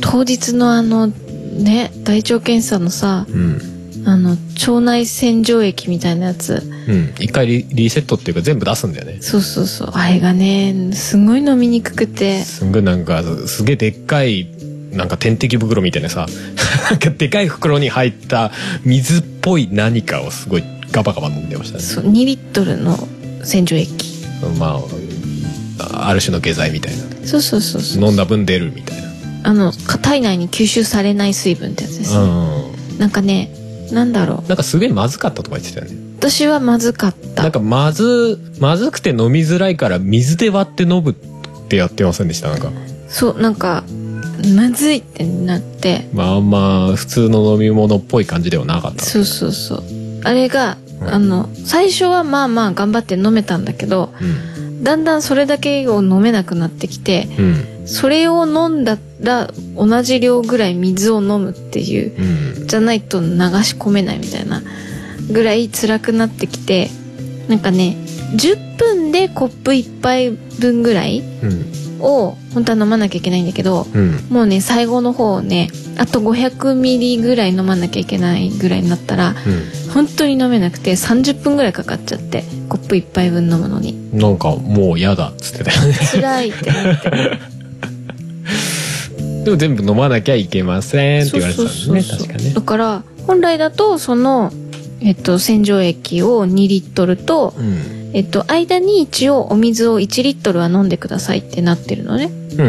[SPEAKER 2] 当日のあのね大腸検査のさ
[SPEAKER 1] うん
[SPEAKER 2] あの腸内洗浄液みたいなやつ
[SPEAKER 1] うん、一回リリセットっていうか全部出すんだよね
[SPEAKER 2] そうそうそうあれがねすごい飲みにくくて
[SPEAKER 1] すんごいなんかすげえでっかいなんか点滴袋みたいなさなんかでかい袋に入った水っぽい何かをすごいガバガバ飲んでましたね
[SPEAKER 2] そう2リットルの洗浄液
[SPEAKER 1] まあある種の下剤みたい
[SPEAKER 2] そうそうそうそう
[SPEAKER 1] な飲んだ分出るみたいな
[SPEAKER 2] あのか体内に吸収されない水分ってやつです、
[SPEAKER 1] うん
[SPEAKER 2] なんかねなんだろ
[SPEAKER 1] なんかすげえまずかったとか言ってたよね
[SPEAKER 2] う私はまずかっ
[SPEAKER 1] なん
[SPEAKER 2] た
[SPEAKER 1] かまずまずくて飲みづらいから水で割って飲むってやってませんでしたなんか
[SPEAKER 2] そうなんかまずいってなって
[SPEAKER 1] まああんま普通の飲み物っぽい感じではなかった
[SPEAKER 2] そうそうそうあれ
[SPEAKER 1] う
[SPEAKER 2] が、
[SPEAKER 1] ん
[SPEAKER 2] あの最初はまあまあ頑張って飲めたんだけど
[SPEAKER 1] うん
[SPEAKER 2] だんだんそれだけを飲めなくなってきて
[SPEAKER 1] うん
[SPEAKER 2] それを飲んだら同じ量ぐらい水を飲むっていう
[SPEAKER 1] うん
[SPEAKER 2] じゃないと流し込めないみたいなぐらい辛くなってきてなんかね10分でコップ1杯分ぐらい
[SPEAKER 1] うん
[SPEAKER 2] を本当は飲まなきゃいけないんだけど
[SPEAKER 1] うん
[SPEAKER 2] もうね最後の方をねあと500ミリぐらい飲まなきゃいけないぐらいになったら本当に飲めなくて30分ぐらいかかっちゃってコップ1杯分飲むのに
[SPEAKER 1] うんなんかもう嫌だっつってたよね
[SPEAKER 2] 辛いってなって
[SPEAKER 1] でも全部飲まなきゃいけませんって言われてたんですね確かね
[SPEAKER 2] だから本来だとそのえっと洗浄液を2リットルと
[SPEAKER 1] うん
[SPEAKER 2] えっと、間に一応お水を1リットルは飲んでくださいってなってるのね。
[SPEAKER 1] うんうんう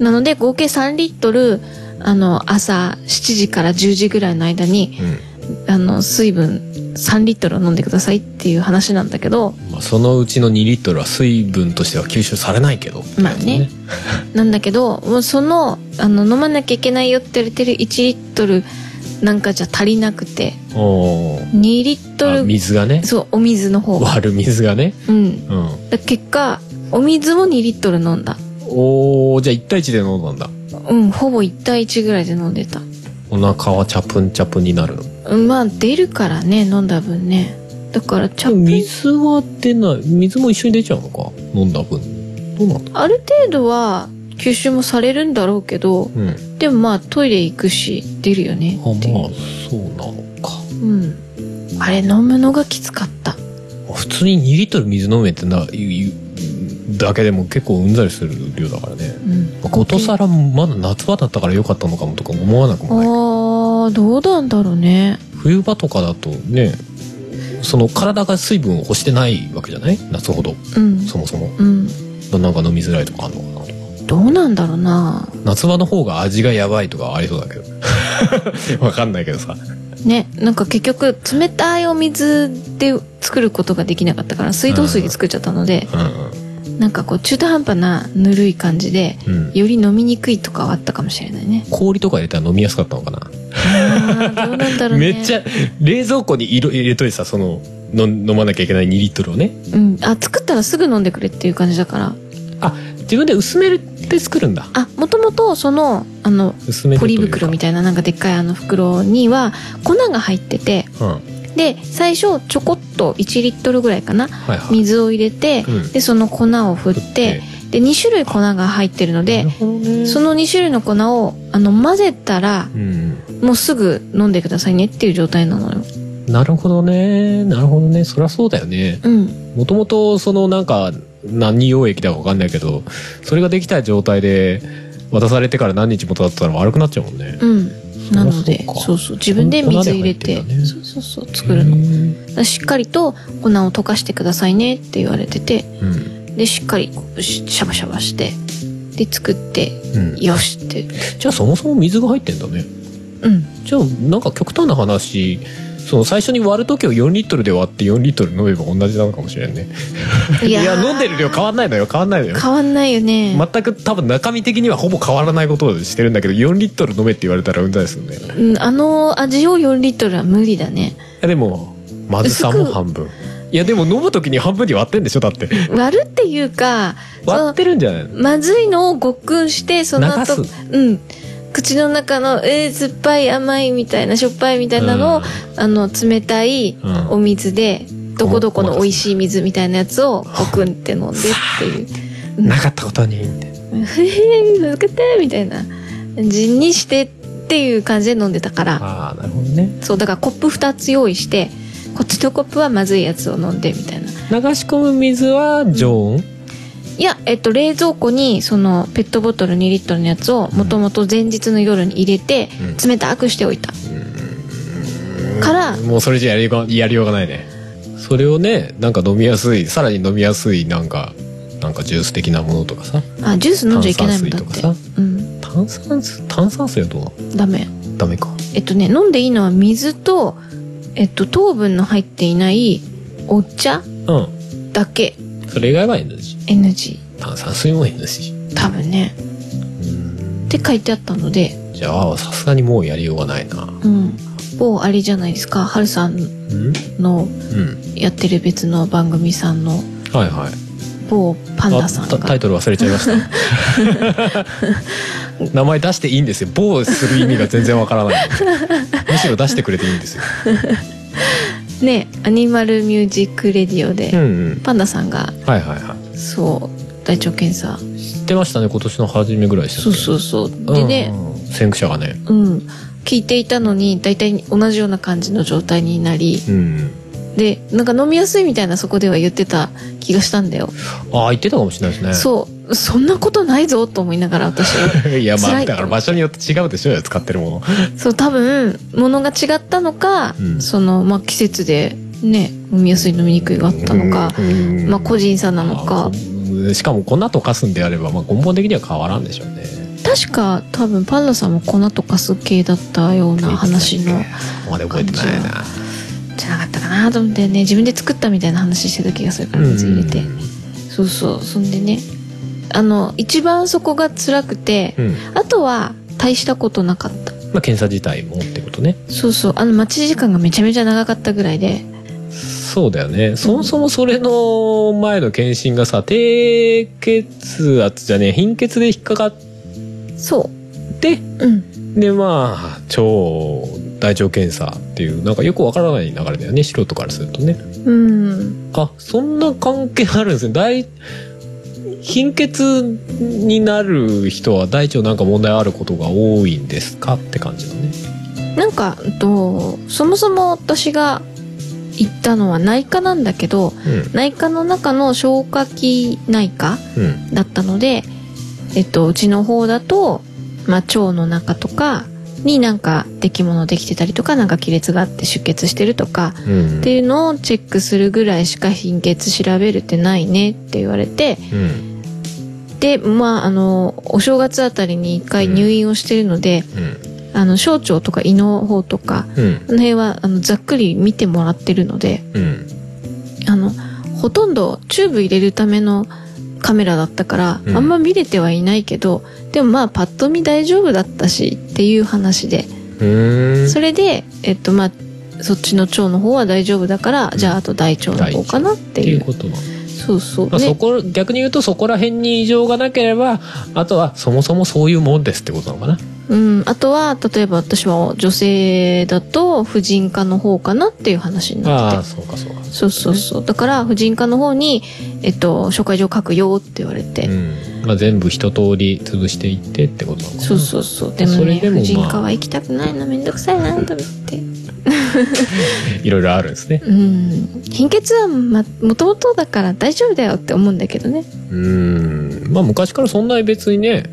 [SPEAKER 1] ん
[SPEAKER 2] なので、合計3リットル、あの、朝7時から10時ぐらいの間に、
[SPEAKER 1] うん
[SPEAKER 2] あの、水分3リットルを飲んでくださいっていう話なんだけど、
[SPEAKER 1] まあ、そのうちの2リットルは水分としては吸収されないけど
[SPEAKER 2] まあねなんだけど、もうその、あの、飲まなきゃいけないよって言われてる1リットルなんかじゃ足りなくて、
[SPEAKER 1] おー
[SPEAKER 2] 2リット
[SPEAKER 1] あ
[SPEAKER 2] ル、
[SPEAKER 1] 水がね
[SPEAKER 2] そう、お水の方が。
[SPEAKER 1] 割る水がね
[SPEAKER 2] うん。
[SPEAKER 1] うん
[SPEAKER 2] だ結果、お水も2リットル飲んだ。
[SPEAKER 1] おーじゃあ1対1で飲んだんだ
[SPEAKER 2] うん、ほぼ1対1ぐらいで飲んでた。
[SPEAKER 1] お腹はチャプンチャプンになるの
[SPEAKER 2] うんまあ出るからね飲んだ分ねだからチャップリン
[SPEAKER 1] 水は出ない水も一緒に出ちゃうのか飲んだ分どうなんだ
[SPEAKER 2] ある程度は吸収もされるんだろうけど
[SPEAKER 1] うんあ
[SPEAKER 2] でもまあトイレ行くし出るよねっていう
[SPEAKER 1] まあそうなのか
[SPEAKER 2] うんあれ飲むのがきつかった
[SPEAKER 1] 普通に2リットル水飲めってないうだけでも結構うんざりする量だからね
[SPEAKER 2] うん
[SPEAKER 1] まあことさらまだ夏場だったから良かったのかもとか思わなく
[SPEAKER 2] あ
[SPEAKER 1] もない
[SPEAKER 2] ーどうなんだろうね
[SPEAKER 1] 冬場とかだとねその体が水分を欲してないわけじゃない夏ほど
[SPEAKER 2] うん
[SPEAKER 1] そもそも
[SPEAKER 2] うん
[SPEAKER 1] なんか飲みづらいとかあるのかな
[SPEAKER 2] どうなんだろうな
[SPEAKER 1] 夏場の方が味がやばいとかありそうだけど わかんないけどさ
[SPEAKER 2] ねなんか結局冷たいお水で作ることができなかったから水道水で作っちゃったので、
[SPEAKER 1] うん
[SPEAKER 2] なんかこう中途半端なぬるい感じで
[SPEAKER 1] うん、うん、
[SPEAKER 2] より飲みにくいとかはあったかもしれないね。
[SPEAKER 1] 氷とか入れたら飲みやすかったのかな、
[SPEAKER 2] あーどうなんだろうね。
[SPEAKER 1] めっち
[SPEAKER 2] ゃ。
[SPEAKER 1] ゃ冷蔵庫に色入れといてさそのの飲まなきゃいけない2リットルをね
[SPEAKER 2] うん。あ、作ったらすぐ飲んでくれっていう感じだから。
[SPEAKER 1] 自分で薄めて作るんだ
[SPEAKER 2] あ、もともとその、あの、
[SPEAKER 1] 薄めて
[SPEAKER 2] ポ
[SPEAKER 1] とい
[SPEAKER 2] リ
[SPEAKER 1] うか
[SPEAKER 2] 袋みたいななんかでっかいあの袋には粉が入ってて、
[SPEAKER 1] うんは
[SPEAKER 2] で、最初ちょこっと1リットルぐらいかな。
[SPEAKER 1] いはい
[SPEAKER 2] 水を入れて、
[SPEAKER 1] うん
[SPEAKER 2] で、その粉を振って、で、2種類粉が入ってるの
[SPEAKER 1] な
[SPEAKER 2] で
[SPEAKER 1] る、ほどね
[SPEAKER 2] その2種類の粉を、あの、混ぜたら、
[SPEAKER 1] うん
[SPEAKER 2] もうすぐ飲んでくださいねっていう状態なのよ。
[SPEAKER 1] なるほどねなるほどねそりゃそうだよね
[SPEAKER 2] うん。
[SPEAKER 1] もともとそのなんか何溶液だかわかんないけどそれができた状態で渡されてから何日も経ったら悪くなっちゃうもんね
[SPEAKER 2] うん。なので
[SPEAKER 1] そうか
[SPEAKER 2] そうそう自分で水入れて
[SPEAKER 1] 粉で入ってんだね
[SPEAKER 2] そうそうそう作るの、
[SPEAKER 1] うん
[SPEAKER 2] しっかりと粉を溶かしてくださいねって言われてて
[SPEAKER 1] うん
[SPEAKER 2] でしっかりこうしシャバシャバしてで作って
[SPEAKER 1] うん
[SPEAKER 2] よしって
[SPEAKER 1] じゃあそもそも水が入ってんだね
[SPEAKER 2] うん
[SPEAKER 1] じゃあなんか極端な話その最初に割る時を4リットルで割って4リットル飲めば同じなのかもしれんねいや
[SPEAKER 2] ー
[SPEAKER 1] 飲んでる量変わんないのよ変わんないのよ
[SPEAKER 2] 変わんないよね、
[SPEAKER 1] 全く多分中身的にはほぼ変わらないことをしてるんだけど4リットル飲めって言われたらうんざりするんだよね
[SPEAKER 2] うん、あの味を4リットルは無理だね
[SPEAKER 1] いやでもまずさも半分いやでも飲む時に半分に割ってんでしょだって
[SPEAKER 2] 割るっていうか
[SPEAKER 1] 割ってるんじゃない
[SPEAKER 2] そ
[SPEAKER 1] の
[SPEAKER 2] のまずいのをごっくんしてその後
[SPEAKER 1] 流す
[SPEAKER 2] うん口の中の、えー、酸っぱい甘いみたいなしょっぱいみたいなのを、あの冷たい
[SPEAKER 1] うん
[SPEAKER 2] お水で、どこどこの美味しい水みたいなやつをごくんって飲んでっていう
[SPEAKER 1] うんなかったことにって
[SPEAKER 2] 「ふへへ難かった」みたいな感じにしてっていう感じで飲んでたから
[SPEAKER 1] ああなるほどね
[SPEAKER 2] そうだからコップ2つ用意してこっちのコップはまずいやつを飲んでみたいな
[SPEAKER 1] 流し込む水は常温
[SPEAKER 2] いやえっと冷蔵庫にそのペットボトル2リットルのやつをもともと前日の夜に入れて
[SPEAKER 1] う
[SPEAKER 2] 冷たくしておいたから
[SPEAKER 1] もうそれじゃやりようがやりようがないねそれをねなんか飲みやすいさらに飲みやすいなんかなんかジュース的なものとかさ
[SPEAKER 2] あジュース飲んじゃいけないもんだっ
[SPEAKER 1] 炭
[SPEAKER 2] て
[SPEAKER 1] 酸水とかさ
[SPEAKER 2] うん
[SPEAKER 1] 炭酸水炭酸水はどうな
[SPEAKER 2] ダメ
[SPEAKER 1] のダメか
[SPEAKER 2] えっとね飲んでいいのは水とえっと、糖分の入っていないお茶
[SPEAKER 1] うん。
[SPEAKER 2] だけ
[SPEAKER 1] それ以外は NG。
[SPEAKER 2] NG。
[SPEAKER 1] 炭酸水も NG。
[SPEAKER 2] 多分ね。
[SPEAKER 1] うん
[SPEAKER 2] って書いてあったので、
[SPEAKER 1] じゃあ、さすがにもうやりようがないな。
[SPEAKER 2] うん。某あれじゃないですか、はるさん
[SPEAKER 1] うんう
[SPEAKER 2] の
[SPEAKER 1] ん。
[SPEAKER 2] やってる別の番組さんの
[SPEAKER 1] はいはい。
[SPEAKER 2] 某パンダさ
[SPEAKER 1] あ
[SPEAKER 2] ん
[SPEAKER 1] タタ
[SPEAKER 2] が
[SPEAKER 1] イトル忘れちゃいま した。名前出していいんですよ。某する意味が全然わからない。むしろ出してくれていいんですよ。
[SPEAKER 2] ねアニマルミュージックレディオで、
[SPEAKER 1] うんうん。
[SPEAKER 2] パンダさんが
[SPEAKER 1] はいはいはい。
[SPEAKER 2] そう大腸検査
[SPEAKER 1] 知ってましたね今年の初めぐらいでした
[SPEAKER 2] そうそううそうでね
[SPEAKER 1] 先駆者がね
[SPEAKER 2] うん、聞いていたのに大体同じような感じの状態になり
[SPEAKER 1] うん
[SPEAKER 2] でなんか飲みやすいみたいなそこでは言ってた気がしたんだよ、
[SPEAKER 1] ああ言ってたかもしれないですね
[SPEAKER 2] そうそんなことないぞと思いながら私
[SPEAKER 1] いやま
[SPEAKER 2] 辛
[SPEAKER 1] あ
[SPEAKER 2] い
[SPEAKER 1] だから場所によって違うでしょうよ使ってるもの
[SPEAKER 2] そう多分物が違ったのか、
[SPEAKER 1] うん
[SPEAKER 2] そのまあ季節でね飲みやすい飲みにくいがあったのか、
[SPEAKER 1] うん
[SPEAKER 2] まあ個人差なの
[SPEAKER 1] あ
[SPEAKER 2] か
[SPEAKER 1] ーこしかも粉とかすんであれば、まあ、根本的には変わらんでしょうね
[SPEAKER 2] 確か多分パンダさんも粉とかす系だったような話の
[SPEAKER 1] ここまで覚えてないな
[SPEAKER 2] じゃなかったかなと思ってね自分で作ったみたいな話してた気がするから水入れて、そうそうそんでねあの一番そこが辛くて、
[SPEAKER 1] うん、うん
[SPEAKER 2] あとは大したことなかった
[SPEAKER 1] まあ、検査自体もってことね
[SPEAKER 2] そうそうあの待ち時間がめちゃめちゃ長かったぐらいで
[SPEAKER 1] そうだよねそもそもそれの前の検診がさ低血圧じゃねえ貧血で引っかかっ
[SPEAKER 2] そ
[SPEAKER 1] て
[SPEAKER 2] ううん
[SPEAKER 1] でまあ腸大腸検査っていうなんかよくわからない流れだよね素人からするとね
[SPEAKER 2] うん
[SPEAKER 1] あそんな関係あるんですね大貧血になる人は大腸なんか問題あることが多いんですかって感じだね
[SPEAKER 2] なんかうんとそもそも私が行ったのは内科なんだけど内科の中の消化器内科
[SPEAKER 1] うんうん
[SPEAKER 2] だったので、えっと、うちの方だと、まあ、腸の中とかになんか出来物できてたりとかなんか亀裂があって出血してるとか
[SPEAKER 1] うん
[SPEAKER 2] っていうのをチェックするぐらいしか貧血調べるってないねって言われて
[SPEAKER 1] うん
[SPEAKER 2] でまああのお正月あたりに一回入院をしてるので、
[SPEAKER 1] うん
[SPEAKER 2] あの小腸とか胃の方とか
[SPEAKER 1] うん
[SPEAKER 2] あの辺はあのざっくり見てもらってるので
[SPEAKER 1] うん
[SPEAKER 2] あのほとんどチューブ入れるためのカメラだったから、
[SPEAKER 1] うん
[SPEAKER 2] あんま見れてはいないけどでもまあパッと見大丈夫だったしっていう話で、
[SPEAKER 1] うん
[SPEAKER 2] それでえっとまあそっちの腸の方は大丈夫だから、
[SPEAKER 1] うん
[SPEAKER 2] じゃああと大腸の方かなって
[SPEAKER 1] って
[SPEAKER 2] い
[SPEAKER 1] いううことなんだ
[SPEAKER 2] そうそう、
[SPEAKER 1] まあ、
[SPEAKER 2] ね
[SPEAKER 1] そこ逆に言うとそこら辺に異常がなければあとはそもそもそういうもんですってことなのかな
[SPEAKER 2] うん、あとは例えば私は女性だと婦人科の方かなっていう話になって
[SPEAKER 1] あ
[SPEAKER 2] て
[SPEAKER 1] あそうかそうか
[SPEAKER 2] そうそうそうだから婦人科の方に、えっと、紹介状書くよって言われて、
[SPEAKER 1] うんまあ、全部一通り潰していってってことなのかな
[SPEAKER 2] そうそうそうでも
[SPEAKER 1] それ
[SPEAKER 2] ね
[SPEAKER 1] でもまあ
[SPEAKER 2] 婦人科は行きたくないなめんどくさいなと思って
[SPEAKER 1] いろいろあるんですね
[SPEAKER 2] うん貧血はまもともとだから大丈夫だよって思うんだけどね
[SPEAKER 1] うんまあ昔からそんなに別にね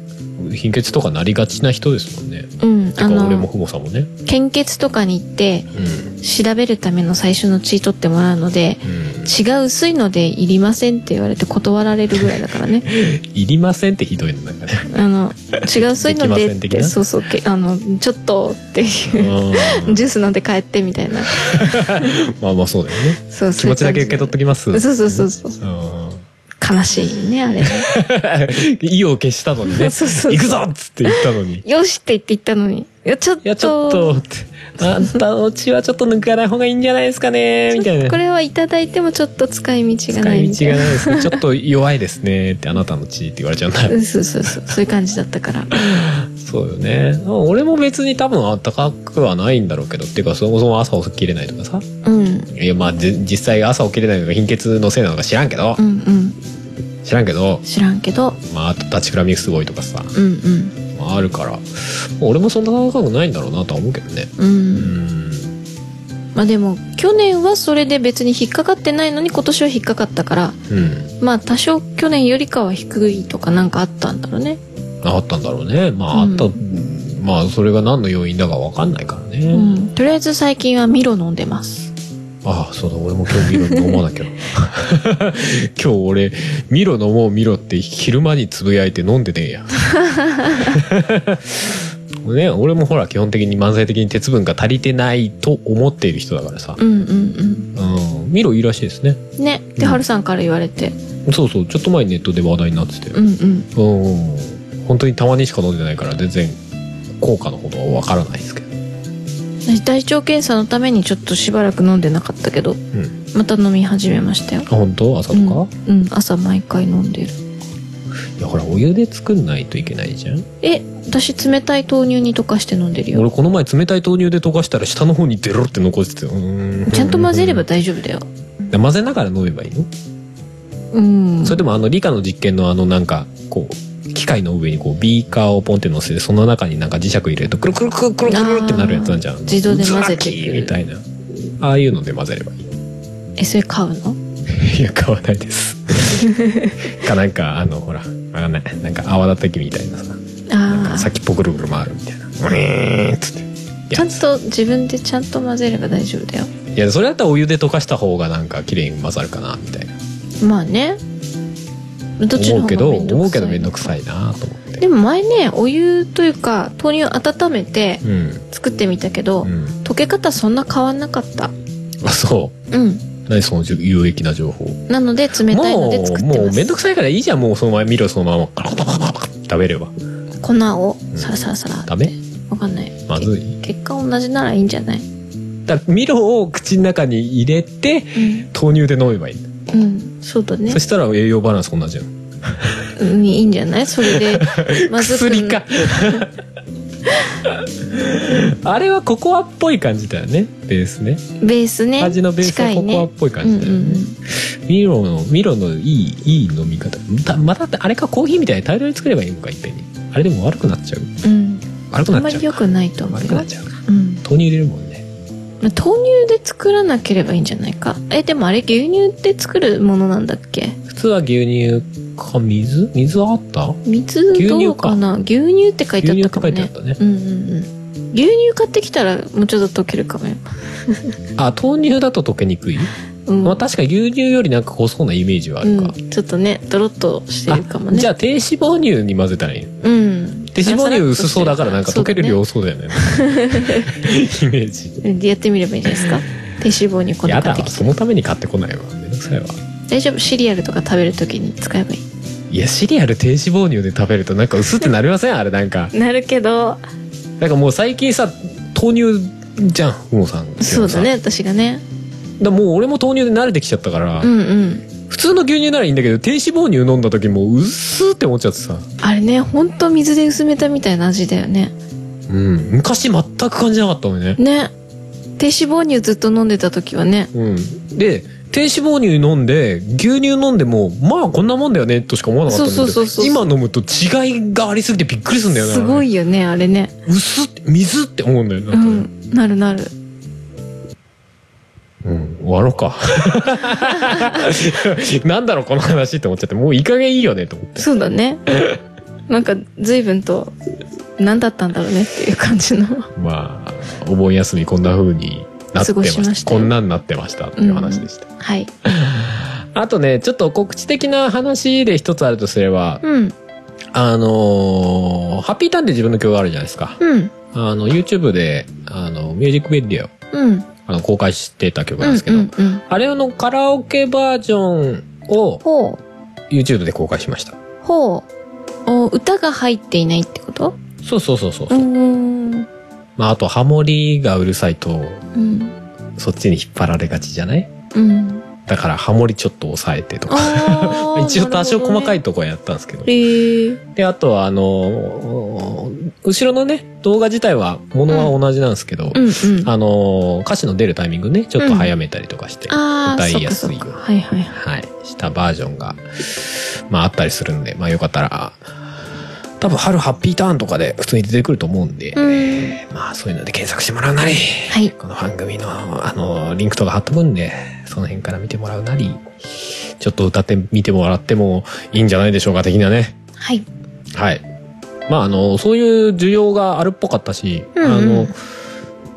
[SPEAKER 1] 貧血とかなりがちな人ですもんね
[SPEAKER 2] うん
[SPEAKER 1] て
[SPEAKER 2] あ
[SPEAKER 1] か俺も
[SPEAKER 2] の
[SPEAKER 1] 父母さんもね
[SPEAKER 2] 献血とかに行って
[SPEAKER 1] うん
[SPEAKER 2] 調べるための最初の血取ってもらうので
[SPEAKER 1] うん
[SPEAKER 2] 血が薄いのでいりませんって言われて断られるぐらいだからね
[SPEAKER 1] いりませんってひどいのなんかね
[SPEAKER 2] あの違うそういう
[SPEAKER 1] で
[SPEAKER 2] の
[SPEAKER 1] きま
[SPEAKER 2] で
[SPEAKER 1] せ
[SPEAKER 2] っ
[SPEAKER 1] ん的
[SPEAKER 2] て
[SPEAKER 1] な
[SPEAKER 2] そうそうけあのちょっとっていう
[SPEAKER 1] うん
[SPEAKER 2] ジュース飲んで帰ってみたいな
[SPEAKER 1] まあまあそうだよね
[SPEAKER 2] そう
[SPEAKER 1] 気持ちだけ受け取っときます
[SPEAKER 2] くそうそうそうそう
[SPEAKER 1] うん
[SPEAKER 2] 悲しいねあれね
[SPEAKER 1] 意を消したのにね
[SPEAKER 2] そうそう
[SPEAKER 1] 行くぞっつって言ったのに
[SPEAKER 2] よしって言って言ったのにいやちょっと
[SPEAKER 1] いやちょっとってあんたの血はちょっと抜かない方がいいんじゃないですかねみたいな
[SPEAKER 2] これはいただいてもちょっと使い道がな
[SPEAKER 1] 使
[SPEAKER 2] い
[SPEAKER 1] い
[SPEAKER 2] みた
[SPEAKER 1] 道
[SPEAKER 2] い
[SPEAKER 1] が
[SPEAKER 2] な
[SPEAKER 1] ないですねちょっと弱いですねってあなたの血って言われちゃうんだ
[SPEAKER 2] うんそうそうそうそういう感じだったから
[SPEAKER 1] そうよね俺も別に多分あったかくはないんだろうけどっていうかそもそも朝起きれないとかさ
[SPEAKER 2] うん
[SPEAKER 1] いやまあじ実際朝起きれないのが貧血のせいなのか知らんけど
[SPEAKER 2] うんうん
[SPEAKER 1] 知らんけど
[SPEAKER 2] 知らんけど
[SPEAKER 1] まああと立ちくらみすごいとかさ、
[SPEAKER 2] うん
[SPEAKER 1] まあ、あるから俺もそんな高くないんだろうなとは思うけどね
[SPEAKER 2] うんう
[SPEAKER 1] うんん
[SPEAKER 2] まあでも去年はそれで別に引っかかってないのに今年は引っかかったから
[SPEAKER 1] うん
[SPEAKER 2] まあ多少去年よりかは低いとかなんかあったんだろうね
[SPEAKER 1] あったんだろうねまああった、
[SPEAKER 2] う
[SPEAKER 1] まあそれが何の要因だか分かんないからね、
[SPEAKER 2] うんとりあえず最近はミロ飲んでます
[SPEAKER 1] ああそうだ俺も今日ミロ飲まなきゃ 今日俺ミロ飲もうミロって昼間につぶやいて飲んでねえや ね、俺もほら基本的に慢性的に鉄分が足りてないと思っている人だからさ、
[SPEAKER 2] うんうん
[SPEAKER 1] うん、ミロいいらしいですね
[SPEAKER 2] うんねで、
[SPEAKER 1] うん
[SPEAKER 2] ハルさんから言われて
[SPEAKER 1] そうそうちょっと前にネットで話題になってて
[SPEAKER 2] うんう
[SPEAKER 1] う
[SPEAKER 2] ん
[SPEAKER 1] ん本当にたまにしか飲んでないから全然効果のほどはわからないですけど
[SPEAKER 2] 私大腸検査のためにちょっとしばらく飲んでなかったけど
[SPEAKER 1] うん
[SPEAKER 2] また飲み始めましたよ
[SPEAKER 1] あ本当朝とか、
[SPEAKER 2] うん、うん、朝毎回飲んでる
[SPEAKER 1] いやほらお湯で作んないといけないじゃん
[SPEAKER 2] え私冷たい豆乳に溶かして飲んでるよ
[SPEAKER 1] 俺この前冷たい豆乳で溶かしたら下の方にデロって残してて
[SPEAKER 2] ちゃんと混ぜれば
[SPEAKER 1] だ
[SPEAKER 2] 大丈夫だよ
[SPEAKER 1] 混ぜながら飲めばいいの、
[SPEAKER 2] うん
[SPEAKER 1] それでもあの理科の実験のあのなんかこう機械の上にこうビーカーをポンって乗せてその中になんか磁石入れるとくるくるくるくるくるってなるやつなんじゃん
[SPEAKER 2] あー自動で混ぜて
[SPEAKER 1] ズラキーみたいなああいうので混ぜればいい
[SPEAKER 2] えそれ買うの
[SPEAKER 1] いや買わないです かなんかあのほらわかんないなんか泡立て器みたいなさなん
[SPEAKER 2] あ
[SPEAKER 1] か
[SPEAKER 2] あ
[SPEAKER 1] 先っぽぐるぐる回るみたいなウィーンっつって
[SPEAKER 2] ちゃんと自分でちゃんと混ぜれば大丈夫だよ
[SPEAKER 1] いやそれだったらお湯で溶かした方がなんか綺麗に混ざるかなみたいな
[SPEAKER 2] まあねどっち
[SPEAKER 1] 思う
[SPEAKER 2] の方
[SPEAKER 1] け
[SPEAKER 2] が
[SPEAKER 1] ど
[SPEAKER 2] めんど
[SPEAKER 1] 思う
[SPEAKER 2] く
[SPEAKER 1] け
[SPEAKER 2] さい
[SPEAKER 1] どめんどくさいなと思って
[SPEAKER 2] でも前ねお湯というか豆乳温めて
[SPEAKER 1] うん
[SPEAKER 2] 作ってみたけど、
[SPEAKER 1] うん
[SPEAKER 2] 溶け方そんな変わんなかった
[SPEAKER 1] あそ
[SPEAKER 2] うん
[SPEAKER 1] う何その有益な情報
[SPEAKER 2] なので冷たいの
[SPEAKER 1] も
[SPEAKER 2] で作
[SPEAKER 1] う
[SPEAKER 2] ってます
[SPEAKER 1] もうめんどくさいからいいじゃんもうそのまま見ろそのままカラカラカラカラ食べれば
[SPEAKER 2] 粉をサラサラサラ
[SPEAKER 1] ダメ
[SPEAKER 2] わかんない
[SPEAKER 1] まずい
[SPEAKER 2] け結果同じならいいんじゃない
[SPEAKER 1] だからミロを口の中に入れて
[SPEAKER 2] うん、
[SPEAKER 1] 豆乳で飲めばいい、
[SPEAKER 2] うん、そうだね
[SPEAKER 1] そしたら栄養バランス同じじゃん
[SPEAKER 2] うんいいんじゃないそれでまず く
[SPEAKER 1] 薬か あれはココアっぽい感じだよねベースね
[SPEAKER 2] ベースね
[SPEAKER 1] 味のベースは
[SPEAKER 2] 近い
[SPEAKER 1] ココアっ
[SPEAKER 2] ね
[SPEAKER 1] ぽい感じだよね
[SPEAKER 2] うんうん
[SPEAKER 1] ミロのミロのいいいい飲み方だまたあれかコーヒーみたいに大量に作ればいいのかいっぺんにあれでも悪くなっちゃう
[SPEAKER 2] うん、
[SPEAKER 1] 悪く
[SPEAKER 2] うん、あ
[SPEAKER 1] なん
[SPEAKER 2] ま
[SPEAKER 1] っちゃう
[SPEAKER 2] り良くないと思う
[SPEAKER 1] 悪
[SPEAKER 2] よ
[SPEAKER 1] くなっちゃうか
[SPEAKER 2] う
[SPEAKER 1] 豆
[SPEAKER 2] ん
[SPEAKER 1] 乳入れるもんね
[SPEAKER 2] まあ豆乳で作らなければいいんじゃないかえでもあれ牛乳で作るものなんだっけ
[SPEAKER 1] 普通は牛乳か水水あった
[SPEAKER 2] 水どうかな牛乳って書いてあ
[SPEAKER 1] 牛乳っ
[SPEAKER 2] っ
[SPEAKER 1] たて
[SPEAKER 2] か
[SPEAKER 1] 書
[SPEAKER 2] も
[SPEAKER 1] いてあっ
[SPEAKER 2] ね
[SPEAKER 1] たね
[SPEAKER 2] うんうんうん牛乳買ってきたらもうちょっと溶けるかもよ、
[SPEAKER 1] あ豆乳だと溶けにくい、
[SPEAKER 2] うん
[SPEAKER 1] まあ、確かに牛乳よりなんか濃そうなイメージはあるか、
[SPEAKER 2] うん、ちょっとねドロッとしてるかも
[SPEAKER 1] あ
[SPEAKER 2] ね
[SPEAKER 1] じゃあ低脂肪乳に混ぜたらいい
[SPEAKER 2] うん
[SPEAKER 1] 低脂肪乳薄そうだからなんか溶ける量
[SPEAKER 2] そ
[SPEAKER 1] 多そう だよねイメージ
[SPEAKER 2] うだねうんやってみればいいんじゃ ないですか低脂肪にこれ
[SPEAKER 1] やだ
[SPEAKER 2] 買って
[SPEAKER 1] わ
[SPEAKER 2] き
[SPEAKER 1] そ
[SPEAKER 2] て
[SPEAKER 1] のために買ってこないわめんどくさいわ
[SPEAKER 2] 大丈夫シリアルとか食べるときに使えばいい
[SPEAKER 1] いやシリアル低脂肪乳で食べるとなんか薄ってなりませんあれなんか
[SPEAKER 2] なるけど
[SPEAKER 1] なんかもう最近さ豆乳じゃんもうさん
[SPEAKER 2] そうだね
[SPEAKER 1] だか
[SPEAKER 2] 私がね
[SPEAKER 1] らもう俺も豆乳で慣れてきちゃったから、
[SPEAKER 2] うんうん
[SPEAKER 1] 普通の牛乳ならいいんだけど低脂肪乳飲んだ時もう薄って思っちゃってさ、
[SPEAKER 2] あれねほんと水で薄めたみたいな味だよね
[SPEAKER 1] うん、昔全く感じなかったのよね
[SPEAKER 2] ね低脂肪乳ずっと飲んでた時はね
[SPEAKER 1] うん、で低脂肪乳飲んで牛乳飲んでもまあこんなもんだよねとしか思わなかったんだけ
[SPEAKER 2] そうそう
[SPEAKER 1] ど
[SPEAKER 2] そうそう
[SPEAKER 1] 今飲むと違いがありすぎてびっくりするんだよな
[SPEAKER 2] すごいよねあれね
[SPEAKER 1] 薄って水って思うんだよな
[SPEAKER 2] う、んなるなる
[SPEAKER 1] うん、終わろうか なんだろうこの話って思っちゃってもういい加減いいよねと思って
[SPEAKER 2] そう だねなんか随分と何だったんだろうねっていう感じ の
[SPEAKER 1] まあお盆休みこんな風になってま
[SPEAKER 2] 過ごしま
[SPEAKER 1] し
[SPEAKER 2] したたよ
[SPEAKER 1] こんなんなってましたっていう話でした、
[SPEAKER 2] はい
[SPEAKER 1] あとねちょっと告知的な話で一つあるとすれば、
[SPEAKER 2] うん
[SPEAKER 1] あのーハッピーターンで自分の曲があるじゃないですか
[SPEAKER 2] うん
[SPEAKER 1] あの、YouTube で、あの、ミュージックビデオ、
[SPEAKER 2] うん
[SPEAKER 1] あの、公開してた曲
[SPEAKER 2] う
[SPEAKER 1] なん
[SPEAKER 2] ん
[SPEAKER 1] ですけど、
[SPEAKER 2] うんうん
[SPEAKER 1] あれのカラオケバージョンを
[SPEAKER 2] ほ
[SPEAKER 1] YouTube で公開しました。
[SPEAKER 2] うほうお歌が入っていないってこと
[SPEAKER 1] そうそうそうそう。
[SPEAKER 2] うーん
[SPEAKER 1] まあ、あと、ハモリがうるさいと、
[SPEAKER 2] うん
[SPEAKER 1] そっちに引っ張られがちじゃない
[SPEAKER 2] うん
[SPEAKER 1] だから、ハモリちょっと抑えてとか。
[SPEAKER 2] あー
[SPEAKER 1] 一応多少細か
[SPEAKER 2] ない
[SPEAKER 1] とこはやったんですけど。
[SPEAKER 2] るほどねへえ
[SPEAKER 1] で、あとは、あのー後ろのね、動画自体は、ものは同じなんですけど、
[SPEAKER 2] うんうん
[SPEAKER 1] あのー歌詞の出るタイミングね、ちょっと早めたりとかして、
[SPEAKER 2] あー
[SPEAKER 1] 歌いやすい
[SPEAKER 2] そっかそっかはいはいはい
[SPEAKER 1] はい、したバージョンが、まあ、あったりするんで、まあ、よかったら、多分、春ハッピーターンとかで普通に出てくると思うんで、
[SPEAKER 2] うん
[SPEAKER 1] まあ、そういうので検索してもらうなり、
[SPEAKER 2] はい
[SPEAKER 1] この番組の、あの、リンクとか貼っとくんで、その辺から見てもらうなり、ちょっと歌ってみてもらってもいいんじゃないでしょうか、的なね。
[SPEAKER 2] はい
[SPEAKER 1] はい。まあ、あの、そういう需要があるっぽかったし、
[SPEAKER 2] うんうん
[SPEAKER 1] あの、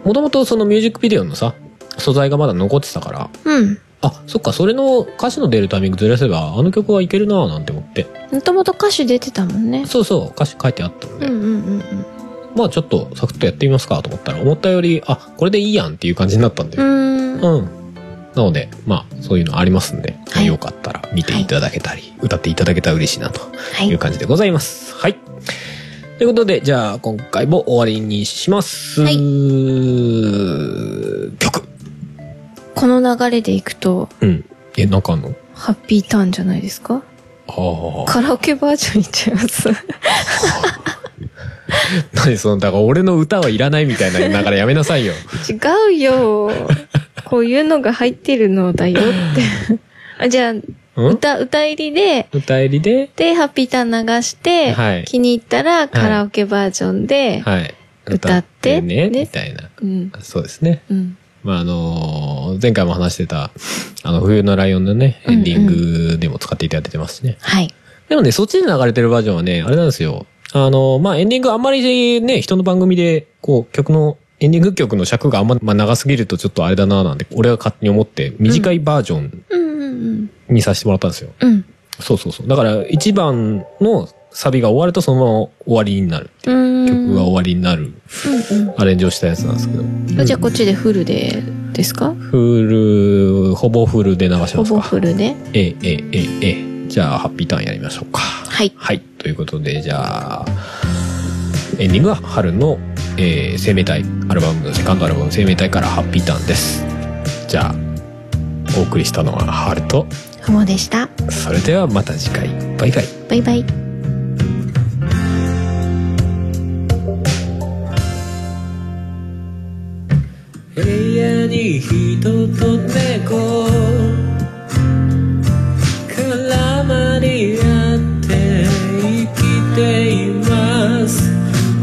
[SPEAKER 1] もともとそのミュージックビデオのさ、素材がまだ残ってたから、
[SPEAKER 2] うん
[SPEAKER 1] あ、そっか、それの歌詞の出るタイミングずらせば、あの曲はいけるなぁなんて思って。
[SPEAKER 2] もともと歌手出てたもんね
[SPEAKER 1] そうそう、歌詞書いてあったの
[SPEAKER 2] う
[SPEAKER 1] で、
[SPEAKER 2] んうんうん
[SPEAKER 1] まあちょっとサクッとやってみますかと思ったら、思ったより、あ、これでいいやんっていう感じになったんで。
[SPEAKER 2] うーん
[SPEAKER 1] うん。なので、まあ、そういうのありますんで、まあ
[SPEAKER 2] はい
[SPEAKER 1] よかったら見ていただけたり、歌っていただけたら嬉しいなと
[SPEAKER 2] はいいう
[SPEAKER 1] 感じでございます。はい。ということで、じゃあ、今回も終わりにします。
[SPEAKER 2] はい
[SPEAKER 1] 曲。
[SPEAKER 2] この流れでいくと
[SPEAKER 1] うん。え、なんかあんの
[SPEAKER 2] ハッピーターンじゃないですか
[SPEAKER 1] ああ。
[SPEAKER 2] カラオケバージョンいっちゃいます
[SPEAKER 1] 何その、だから俺の歌はいらないみたいな流れやめなさ いよ。
[SPEAKER 2] 違うよこういうのが入ってるのだよって あじゃあ
[SPEAKER 1] うん
[SPEAKER 2] 歌歌入りで
[SPEAKER 1] 歌入りで、
[SPEAKER 2] でハッピーターン流して、
[SPEAKER 1] はい
[SPEAKER 2] 気に入ったらカラオケバージョンで、
[SPEAKER 1] はい。
[SPEAKER 2] 歌って
[SPEAKER 1] ね、
[SPEAKER 2] ね
[SPEAKER 1] みたいな。
[SPEAKER 2] うん
[SPEAKER 1] そうですね。
[SPEAKER 2] うん
[SPEAKER 1] まあ、あのー前回も話してた、あの、冬のライオンのね、エンディングでも使っていただいてますね。
[SPEAKER 2] はい
[SPEAKER 1] でもね、そっちで流れてるバージョンはね、あれなんですよ。あの、まあ、エンディングあんまりね、人の番組で、こう、曲の、エンディング曲の尺があんま、まあ、長すぎるとちょっとあれだななんて、俺が勝手に思って、短いバージョン
[SPEAKER 2] うんうん
[SPEAKER 1] にさせてもらったんですよ。
[SPEAKER 2] うんうん
[SPEAKER 1] そうそうそう。だから、1番のサビが終わるとそのまま終わりになる。
[SPEAKER 2] うーん
[SPEAKER 1] 曲が終わりになる、
[SPEAKER 2] うんうん
[SPEAKER 1] アレンジをしたやつなんですけど。
[SPEAKER 2] あじゃあこっちでフルでですか
[SPEAKER 1] フル、ほぼフルで流しますか。
[SPEAKER 2] ほぼフルで
[SPEAKER 1] ええ、ええ、ええ、ええ。じゃあ、ハッピーターンやりましょうか。
[SPEAKER 2] はい
[SPEAKER 1] はい。ということで、じゃあ、エンディングは春の、えー生命体、アルバムのセカンドアルバム生命体からハッピーターンです。じゃあ、お送りしたのは春と、
[SPEAKER 2] ふもでした
[SPEAKER 1] それではまた次回、バイバイ。
[SPEAKER 2] バイバイ
[SPEAKER 1] 部屋に人と猫絡まり合って生きています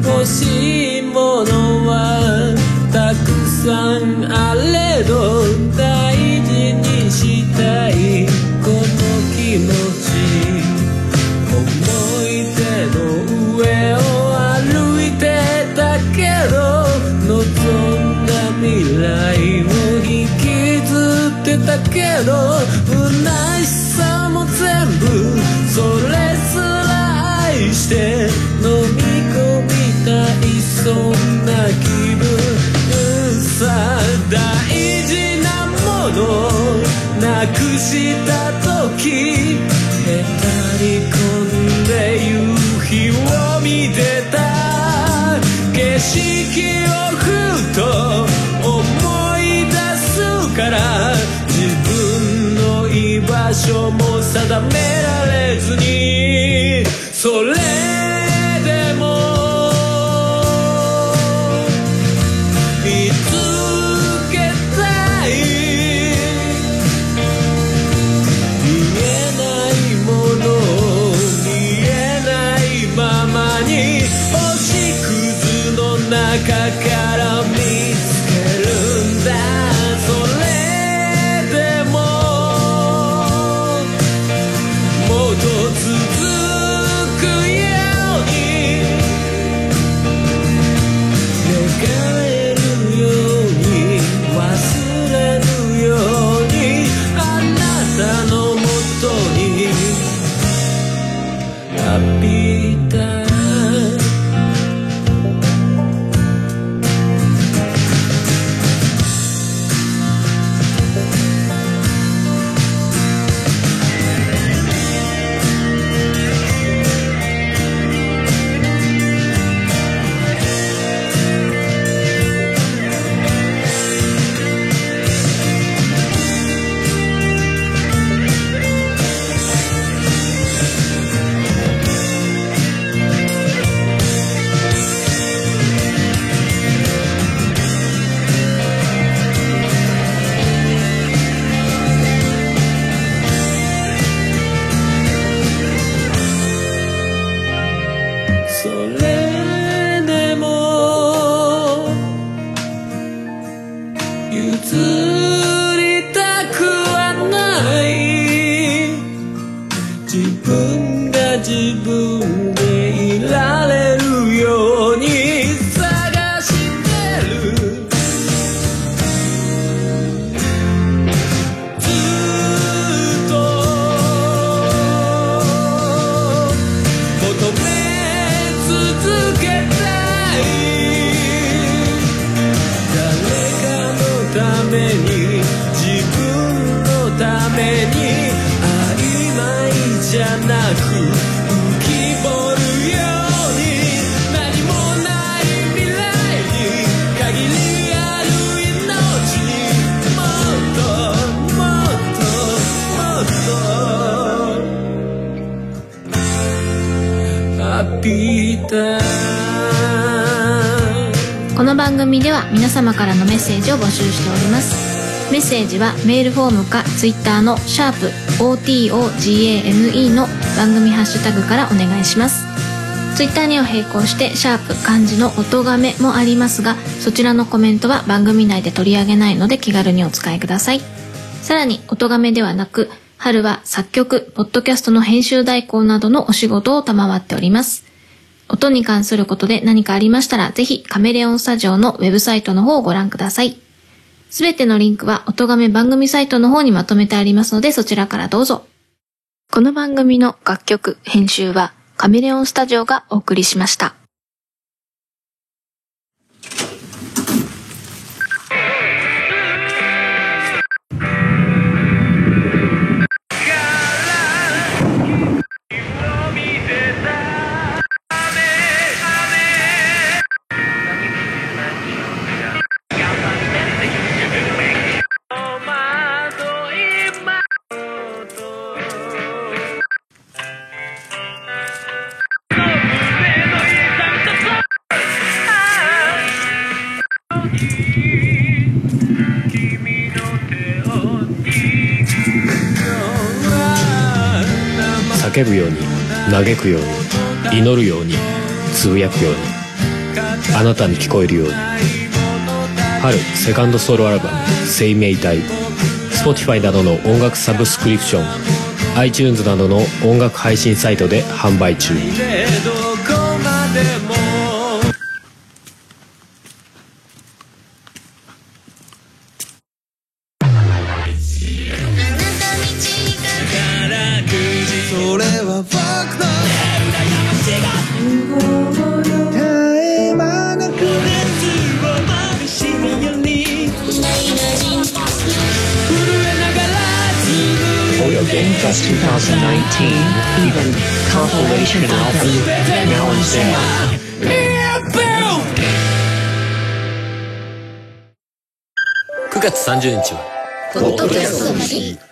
[SPEAKER 1] 欲しいものはたくさんあれど大事にしたいこの気持ち思い出の上を歩いてたけど望んだ未来を引きずってたけど不なしさも全部それすら愛して飲み込みたいそんな気分さ大事なものなくした時へたり込んで夕日を見てた景色をふと思い出すから自分の居場所も定められずにそれでも見つけたい見えないもの見えないままに星屑の中から見つけるんだそれでももっと続くよ
[SPEAKER 3] めに自分のために曖昧じゃなく浮き彫るように何もない未来に限りある命にもっともっともっとhabita.
[SPEAKER 2] この番組では皆様からのメッセージを募集しておりますメッセージはメールフォームかツイッターの「シャープ o t o g a m e の番組ハッシュタグからお願いしますツイッターには並行して「シャープ漢字の音がめ」もありますがそちらのコメントは番組内で取り上げないので気軽にお使いくださいさらに音がめではなく春は作曲ポッドキャストの編集代行などのお仕事を賜っております音に関することで何かありましたら、ぜひカメレオンスタジオのウェブサイトの方をご覧ください。すべてのリンクは音亀番組サイトの方にまとめてありますので、そちらからどうぞ。この番組の楽曲、編集はカメレオンスタジオがお送りしました。
[SPEAKER 1] 叫ぶように嘆くように祈るようにつぶやくようにあなたに聞こえるように春セカンドソロアルバム「生命体」Spotify などの音楽サブスクリプション iTunes などの音楽配信サイトで販売中
[SPEAKER 3] でどこまでも宝くじそれは僕の絶え間なく熱をまぶしみように震えながら紡ぐ
[SPEAKER 4] Oyo Game Fest 2019, even compilation album, now on sale.
[SPEAKER 3] Yeah, boom!
[SPEAKER 5] 9月30日は、ポッドキャストの日。